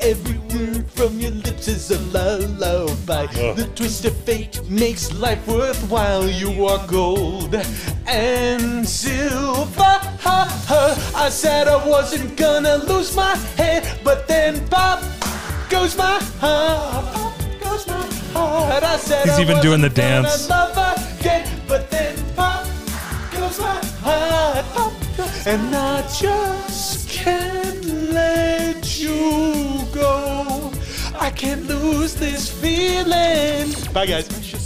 S2: Every word from your lips is a lullaby. The twist of fate makes life worthwhile. You are gold and silver. I said I wasn't gonna lose my head, but then pop goes my heart. Pop goes my heart. I said
S1: He's
S2: I
S1: even doing
S2: wasn't
S1: the
S2: gonna
S1: dance.
S2: love again, but then pop goes my heart. Pop goes- and I just can't let
S3: I can't lose this feeling. Bye, guys.